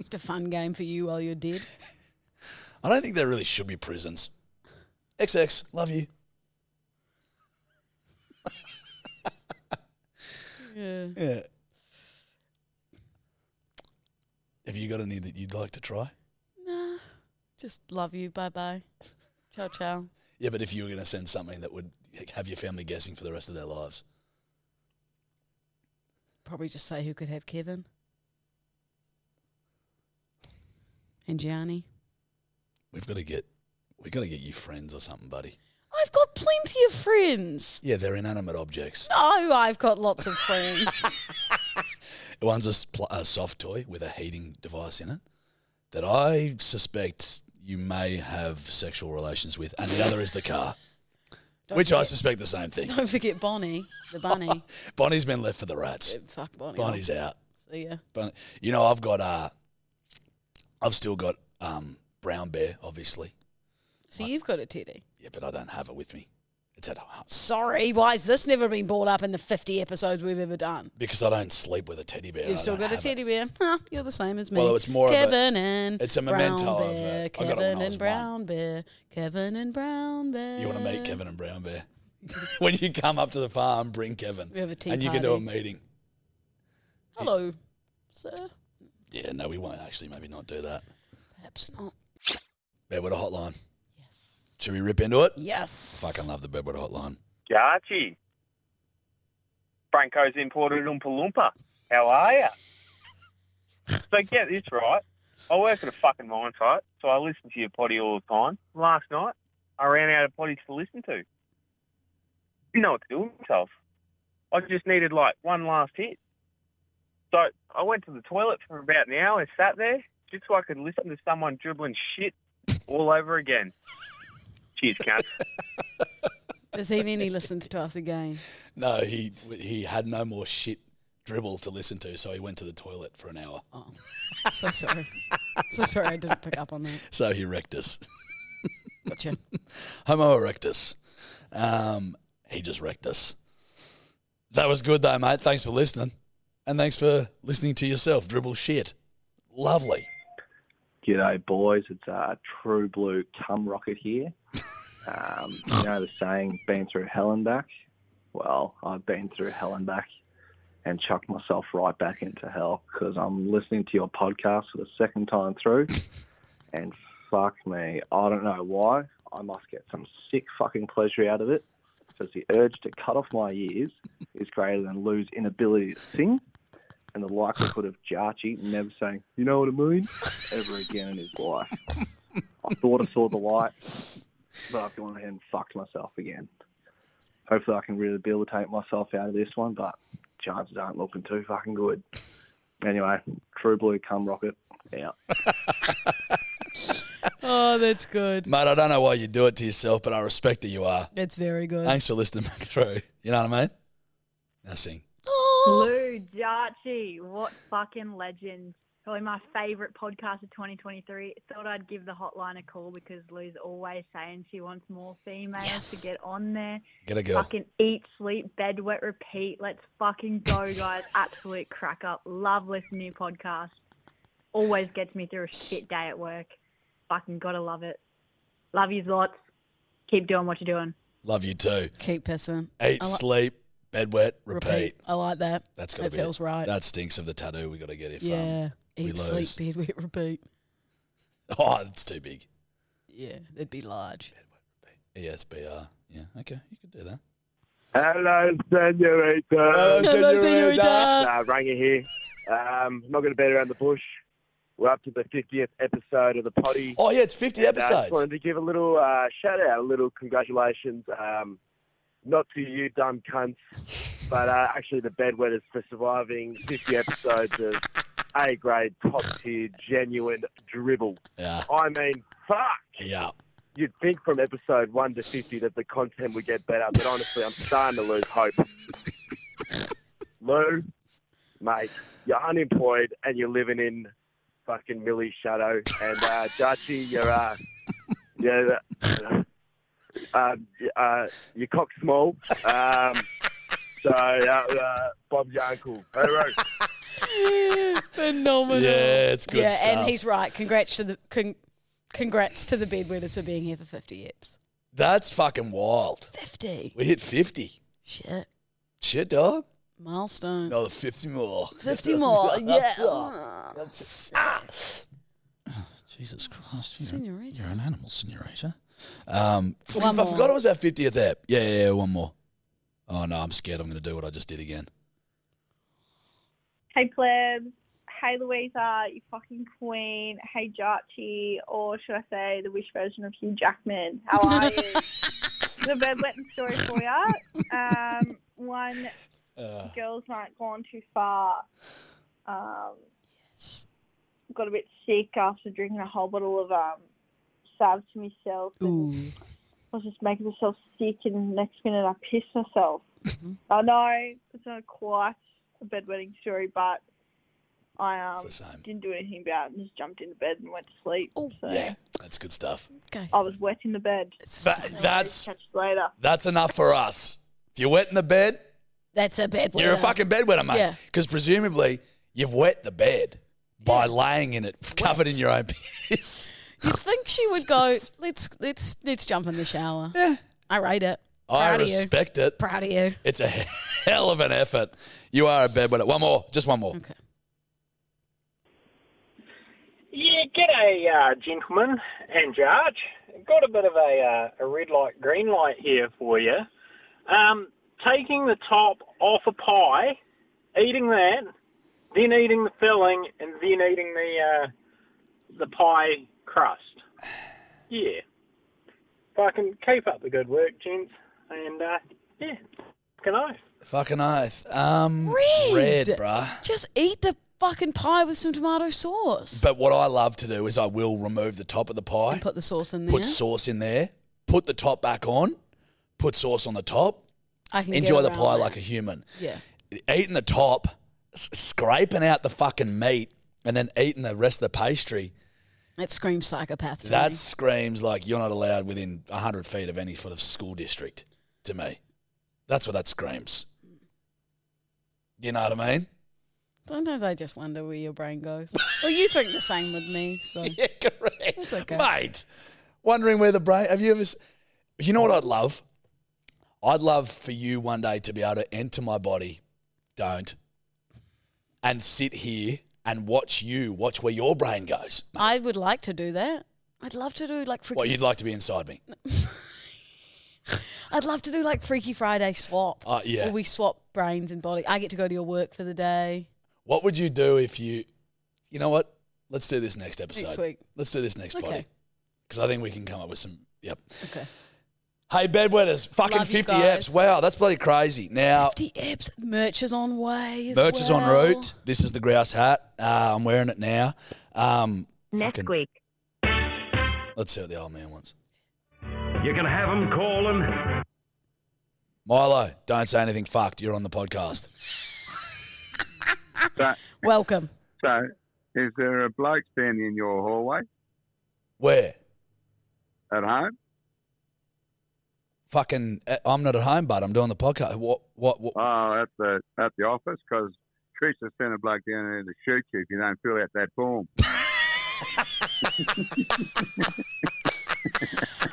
[SPEAKER 1] just a fun game for you while you're dead.
[SPEAKER 2] I don't think there really should be prisons. XX. Love you.
[SPEAKER 1] Yeah.
[SPEAKER 2] Yeah. Have you got any that you'd like to try?
[SPEAKER 1] Nah, just love you. Bye bye. Ciao, ciao.
[SPEAKER 2] Yeah, but if you were going to send something that would have your family guessing for the rest of their lives.
[SPEAKER 1] Probably just say who could have Kevin and Gianni.
[SPEAKER 2] We've got to get we've got to get you friends or something, buddy.
[SPEAKER 1] I've got plenty of friends.
[SPEAKER 2] Yeah, they're inanimate objects.
[SPEAKER 1] Oh, I've got lots of friends.
[SPEAKER 2] One's a, spl- a soft toy with a heating device in it that I suspect you may have sexual relations with, and the other is the car,
[SPEAKER 1] Don't
[SPEAKER 2] which I
[SPEAKER 1] forget-
[SPEAKER 2] suspect the same thing.
[SPEAKER 1] Don't forget Bonnie, the bunny.
[SPEAKER 2] Bonnie's been left for the rats.
[SPEAKER 1] Yeah, Fuck Bonnie.
[SPEAKER 2] Bonnie's out.
[SPEAKER 1] So yeah.
[SPEAKER 2] But you know, I've got uh, I've still got um, brown bear, obviously.
[SPEAKER 1] So you've got a teddy.
[SPEAKER 2] Yeah, but I don't have it with me. It's at home
[SPEAKER 1] Sorry, why has this never been brought up in the 50 episodes we've ever done?
[SPEAKER 2] because I don't sleep with a teddy bear. I
[SPEAKER 1] You've still
[SPEAKER 2] don't
[SPEAKER 1] got a
[SPEAKER 2] have it.
[SPEAKER 1] teddy bear. Huh, you're the same as me.
[SPEAKER 2] Well, it's more of a-
[SPEAKER 1] Kevin and
[SPEAKER 2] it's a
[SPEAKER 1] brown
[SPEAKER 2] memento of, uh,
[SPEAKER 1] bear,
[SPEAKER 2] I got it when I
[SPEAKER 1] Kevin
[SPEAKER 2] was
[SPEAKER 1] and
[SPEAKER 2] one.
[SPEAKER 1] brown bear. Kevin and brown bear.
[SPEAKER 2] You want to meet Kevin and Brown Bear? when you come up to the farm, bring Kevin.
[SPEAKER 1] We have a tea
[SPEAKER 2] And you can do a
[SPEAKER 1] party.
[SPEAKER 2] meeting.
[SPEAKER 1] Hello, sir.
[SPEAKER 2] Yeah, no, we won't actually maybe not do that.
[SPEAKER 1] Perhaps not.
[SPEAKER 2] Bedwood Hotline.
[SPEAKER 1] Yes.
[SPEAKER 2] Should we rip into it?
[SPEAKER 1] Yes.
[SPEAKER 2] Fucking love the Bedwood Hotline.
[SPEAKER 4] Gachi. Franco's imported Oompa Loompa. How are you? so get this right. I work at a fucking mine site, so I listen to your potty all the time. Last night, I ran out of potties to listen to. Didn't know what to do with myself. I just needed like one last hit. So I went to the toilet for about an hour and sat there just so I could listen to someone dribbling shit all over again. Cheers, cunt.
[SPEAKER 1] Does he mean he listened to us again?
[SPEAKER 2] No, he he had no more shit dribble to listen to, so he went to the toilet for an hour.
[SPEAKER 1] Oh, so sorry. so sorry I didn't pick up on that.
[SPEAKER 2] So he wrecked us.
[SPEAKER 1] Gotcha.
[SPEAKER 2] Homo erectus. Um, he just wrecked us. That was good though, mate. Thanks for listening. And thanks for listening to yourself dribble shit. Lovely.
[SPEAKER 7] G'day, boys. It's uh, True Blue Cum Rocket here. Um, you know the saying, been through hell and back? Well, I've been through hell and back and chucked myself right back into hell because I'm listening to your podcast for the second time through. And fuck me, I don't know why. I must get some sick fucking pleasure out of it. says the urge to cut off my ears is greater than Lou's inability to sing, and the likelihood of Jarchi never saying "You know what I mean" ever again in his life. I thought I saw the light, but I've gone ahead and fucked myself again. Hopefully, I can rehabilitate myself out of this one, but chances aren't looking too fucking good. Anyway, True Blue, come rocket out.
[SPEAKER 1] Oh, that's good.
[SPEAKER 2] Mate, I don't know why you do it to yourself, but I respect that you are.
[SPEAKER 1] That's very good.
[SPEAKER 2] Thanks for listening back through. You know what I mean? Now sing.
[SPEAKER 1] "Oh."
[SPEAKER 8] Lou Jarchi, what fucking legend. Probably my favourite podcast of 2023. Thought I'd give the hotline a call because Lou's always saying she wants more females
[SPEAKER 1] Yes.
[SPEAKER 8] to get on there.
[SPEAKER 2] Get a girl.
[SPEAKER 8] Fucking eat, sleep, bed, wet, repeat. Let's fucking go, guys. Absolute crack up. Love listening to your podcast. Always gets me through a shit day at work. Fucking gotta love it. Love you lots. Keep doing what you're doing.
[SPEAKER 2] Love you too.
[SPEAKER 1] Keep pissing.
[SPEAKER 2] Eat,
[SPEAKER 1] I li-
[SPEAKER 2] sleep, bed wet, repeat.
[SPEAKER 1] I like that.
[SPEAKER 2] That's got to
[SPEAKER 1] that
[SPEAKER 2] be.
[SPEAKER 1] feels right.
[SPEAKER 2] That stinks of the tattoo we got to get if um,
[SPEAKER 1] yeah.
[SPEAKER 2] we
[SPEAKER 1] Eat, sleep,
[SPEAKER 2] lose.
[SPEAKER 1] bed, wet, repeat.
[SPEAKER 2] um. Oh, it's too big.
[SPEAKER 1] Yeah, that'd be large.
[SPEAKER 2] E ESBR. Yeah. Okay. You could do that.
[SPEAKER 4] Hello, senorita.
[SPEAKER 1] senorita.
[SPEAKER 4] Uh, Ranger here. Um, not going to beat around the bush. We're up to the 50th episode of the potty.
[SPEAKER 2] Oh yeah, it's fifty
[SPEAKER 4] And, uh, I just
[SPEAKER 2] episodes.
[SPEAKER 4] wanted to give a little uh, shout out, a little congratulations. Um, not to you, dumb cunts, but uh, actually the bedwetters for surviving 50 episodes of A grade, top tier, genuine dribble.
[SPEAKER 2] Yeah.
[SPEAKER 4] I mean, fuck!
[SPEAKER 2] Yeah.
[SPEAKER 4] You'd think from episode 1 to 50 that the content would get better, but honestly, I'm starting to lose hope. Lou, mate, you're unemployed and you're living in fucking Millie's shadow. And uh, Jarchi, you're uh, you're uh, uh, uh, your cock small. Um, so uh, uh, Bob's your uncle. Hey, Ro.
[SPEAKER 1] Phenomenal.
[SPEAKER 2] Yeah, it's good
[SPEAKER 1] yeah,
[SPEAKER 2] stuff.
[SPEAKER 1] and he's right. Congrats to the con- congrats to the bedwetters for being here for fifty eps.
[SPEAKER 2] That's fucking wild.
[SPEAKER 1] Fifty.
[SPEAKER 2] We hit fifty.
[SPEAKER 1] Shit.
[SPEAKER 2] Shit, dog.
[SPEAKER 1] Milestone.
[SPEAKER 2] Another fifty more.
[SPEAKER 1] Fifty more. yeah.
[SPEAKER 2] Jesus Christ. You're,
[SPEAKER 1] Senorita.
[SPEAKER 2] You're an animal, senorita. Um, f-
[SPEAKER 1] One
[SPEAKER 2] I
[SPEAKER 1] more.
[SPEAKER 2] forgot it was our 50th app. Yeah, yeah, yeah, one more. Oh, no, I'm scared I'm going to do what I just did again.
[SPEAKER 8] Hey plebs. Hey Louisa, you fucking queen. Hey Jarchi, or should I say the wish version of Hugh Jackman. How are you? the bed wetting story for you. Um, one
[SPEAKER 2] Uh,
[SPEAKER 8] girls night gone too far. Um, Got a bit sick after drinking a whole bottle of um, salve to myself. and
[SPEAKER 1] Ooh.
[SPEAKER 8] I was just making myself sick, and next minute I pissed myself. I know it's not quite a bedwetting story, but I
[SPEAKER 2] It's
[SPEAKER 8] um,
[SPEAKER 2] the same. Oh,
[SPEAKER 8] didn't do anything about it and just jumped into bed and went to sleep. so
[SPEAKER 2] yeah, that's good stuff.
[SPEAKER 1] Okay.
[SPEAKER 8] I was wet in the bed.
[SPEAKER 2] That, that's
[SPEAKER 8] Catch you later.
[SPEAKER 2] that's enough for us. If you're wet in the bed,
[SPEAKER 1] That's a bedwetter.
[SPEAKER 2] you're a fucking bedwetter, mate.
[SPEAKER 1] Yeah.
[SPEAKER 2] Because presumably you've wet the bed by laying in it, covered in your own piss.
[SPEAKER 1] You think she would go? Let's let's let's jump in the shower. Yeah. I rate it.
[SPEAKER 2] I
[SPEAKER 1] Proud of you.
[SPEAKER 2] respect it.
[SPEAKER 1] Proud of you.
[SPEAKER 2] It's a hell of an effort. You are a bedwetter. One more, just one more.
[SPEAKER 1] Okay.
[SPEAKER 9] Yeah, g'day, uh, gentlemen and Judge. Got a bit of a, uh, a red light, green light here for you. Um, taking the top off a pie, eating that, then eating the filling, and then eating the uh, the pie crust. Yeah. Fucking keep up the good work, gents. And uh, yeah, good night.
[SPEAKER 2] Fucking oath. Um,
[SPEAKER 1] Red.
[SPEAKER 2] bruh.
[SPEAKER 1] Just eat the fucking pie with some tomato sauce.
[SPEAKER 2] But what I love to do is I will remove the top of the pie, put,
[SPEAKER 1] put the sauce in there.
[SPEAKER 2] sauce in there, put the top back on, put sauce on the top,
[SPEAKER 1] I can
[SPEAKER 2] enjoy the pie like a human.
[SPEAKER 1] yeah.
[SPEAKER 2] Eating the top, s- scraping out the fucking meat, and then eating the rest of the pastry,
[SPEAKER 1] That screams psychopath. To
[SPEAKER 2] that
[SPEAKER 1] me.
[SPEAKER 2] screams like you're not allowed within 100 feet of any sort of school district to me. That's what that screams. You know what I mean?
[SPEAKER 1] Sometimes I just wonder where your brain goes. well, you think the same with me, so
[SPEAKER 2] Yeah, correct.
[SPEAKER 1] That's okay.
[SPEAKER 2] Mate, wondering where the brain. Have you ever. s- You know what I'd love? I'd love for you one day to be able to enter my body, don't, and sit here and watch you, watch where your brain goes.
[SPEAKER 1] I would like to do that. I'd love to do like freaking.
[SPEAKER 2] Well, you'd like to be inside me.
[SPEAKER 1] I'd love to do like Freaky Friday swap.
[SPEAKER 2] Uh, yeah.
[SPEAKER 1] Where we swap brains and body. I get to go to your work for the day.
[SPEAKER 2] What would you do if you, you know what? Let's do this next episode.
[SPEAKER 1] week.
[SPEAKER 2] Let's do this next
[SPEAKER 1] Okay.
[SPEAKER 2] potty. Because I think we can come up with some. Yep.
[SPEAKER 1] Okay.
[SPEAKER 2] Hey, bedwetters, fucking
[SPEAKER 1] Love you
[SPEAKER 2] 50
[SPEAKER 1] guys.
[SPEAKER 2] apps. Wow, that's bloody crazy. Now,
[SPEAKER 1] Fifty apps. Merch is on way. As
[SPEAKER 2] merch is on
[SPEAKER 1] well.
[SPEAKER 2] route. This is the grouse hat. Uh, I'm wearing it now. Um,
[SPEAKER 10] Next
[SPEAKER 2] fucking-
[SPEAKER 10] week.
[SPEAKER 2] Let's see what the old man wants.
[SPEAKER 11] You can have them calling.
[SPEAKER 2] Milo, don't say anything fucked. You're on the podcast.
[SPEAKER 1] Welcome.
[SPEAKER 12] So, is there a bloke standing in your hallway
[SPEAKER 2] Where?
[SPEAKER 12] at home?
[SPEAKER 2] Fucking, uh, I'm not at home, but I'm doing the podcast. What? What? what?
[SPEAKER 12] Oh, at the at the office because Teresa sent a bloke down there to shoot you if you don't fill out that form.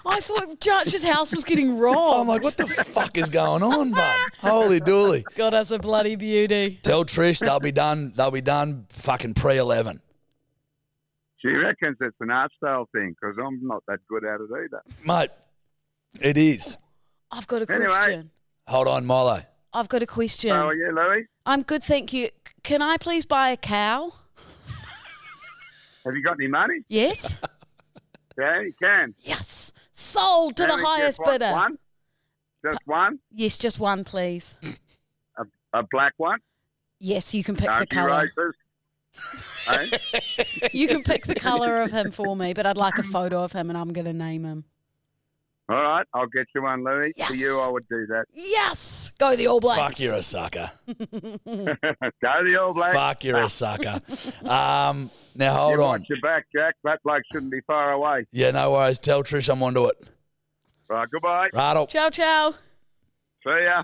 [SPEAKER 1] I thought Judge's house was getting robbed.
[SPEAKER 2] I'm like, what the fuck is going on, bud? Holy dooly.
[SPEAKER 1] God, that's a bloody beauty.
[SPEAKER 2] Tell Trish they'll be done. They'll be done fucking pre eleven.
[SPEAKER 12] She reckons it's an art style thing because I'm not that good at it either.
[SPEAKER 2] Mate, it is.
[SPEAKER 1] I've got a
[SPEAKER 12] Anyway.
[SPEAKER 1] question.
[SPEAKER 2] Hold on, Milo.
[SPEAKER 1] I've got a question.
[SPEAKER 12] How are you, Louie?
[SPEAKER 1] I'm good, thank you. C- Can I please buy a cow?
[SPEAKER 12] Have you got any money?
[SPEAKER 1] Yes.
[SPEAKER 12] Yeah, you can.
[SPEAKER 1] Yes. Sold to
[SPEAKER 12] Can we
[SPEAKER 1] the
[SPEAKER 12] get
[SPEAKER 1] highest
[SPEAKER 12] what,
[SPEAKER 1] bidder.
[SPEAKER 12] One? Just one?
[SPEAKER 1] Yes, just one, please.
[SPEAKER 12] A, a black one?
[SPEAKER 1] Yes, you can pick the
[SPEAKER 12] Don't be
[SPEAKER 1] colour.
[SPEAKER 12] racist. Eh?
[SPEAKER 1] You can pick the colour of him for me, but I'd like a photo of him and I'm going to name him.
[SPEAKER 12] All right, I'll get you one, Louie. For you,
[SPEAKER 1] Yes.
[SPEAKER 12] I would do that.
[SPEAKER 1] Yes. Go the All
[SPEAKER 2] Fuck,
[SPEAKER 1] Blacks.
[SPEAKER 2] you're a sucker.
[SPEAKER 12] Go the All Blacks.
[SPEAKER 2] Fuck, you're a sucker. Um, now hold
[SPEAKER 12] you
[SPEAKER 2] on.
[SPEAKER 12] Watch your back, Jack. That bloke shouldn't be far away.
[SPEAKER 2] Yeah, no worries. Tell Trish I'm onto it.
[SPEAKER 12] Right, goodbye.
[SPEAKER 2] Right
[SPEAKER 1] Ciao, ciao.
[SPEAKER 12] See ya.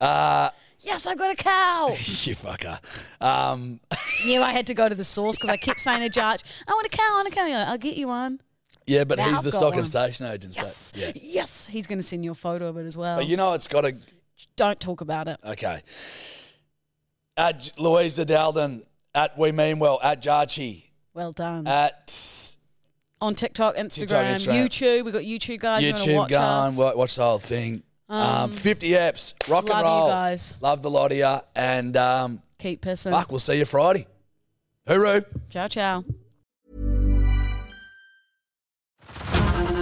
[SPEAKER 2] Uh,
[SPEAKER 1] Yes, I've got a cow.
[SPEAKER 2] you fucker. Um,
[SPEAKER 1] Knew I had to go to the source because I kept saying to Judge, I want a cow, I want a cow. He's like, I'll get you one.
[SPEAKER 2] yeah, but
[SPEAKER 1] Now
[SPEAKER 2] he's
[SPEAKER 1] I've
[SPEAKER 2] the
[SPEAKER 1] got
[SPEAKER 2] stock
[SPEAKER 1] one.
[SPEAKER 2] and station agent.
[SPEAKER 1] Yes.
[SPEAKER 2] So, yeah.
[SPEAKER 1] Yes. He's going to send you a photo of it as well.
[SPEAKER 2] But you know, it's got to.
[SPEAKER 1] Don't talk about it.
[SPEAKER 2] Okay. At J- Louisa Dalden, at We Mean Well, at Jarchi,
[SPEAKER 1] Well done.
[SPEAKER 2] at
[SPEAKER 1] on TikTok, Instagram,
[SPEAKER 2] Instagram.
[SPEAKER 1] YouTube. We've got YouTube guys. Oh, you want to
[SPEAKER 2] YouTube,
[SPEAKER 1] watch
[SPEAKER 2] go
[SPEAKER 1] us.
[SPEAKER 2] and wa- watch the whole thing. Um,
[SPEAKER 1] Um,
[SPEAKER 2] 50 apps, rock
[SPEAKER 1] love
[SPEAKER 2] and
[SPEAKER 1] you
[SPEAKER 2] roll.
[SPEAKER 1] guys.
[SPEAKER 2] Love the lot of you. And um,
[SPEAKER 1] Keep pissing.
[SPEAKER 2] fuck, we'll see you Friday. Hooroo.
[SPEAKER 1] Ciao, ciao.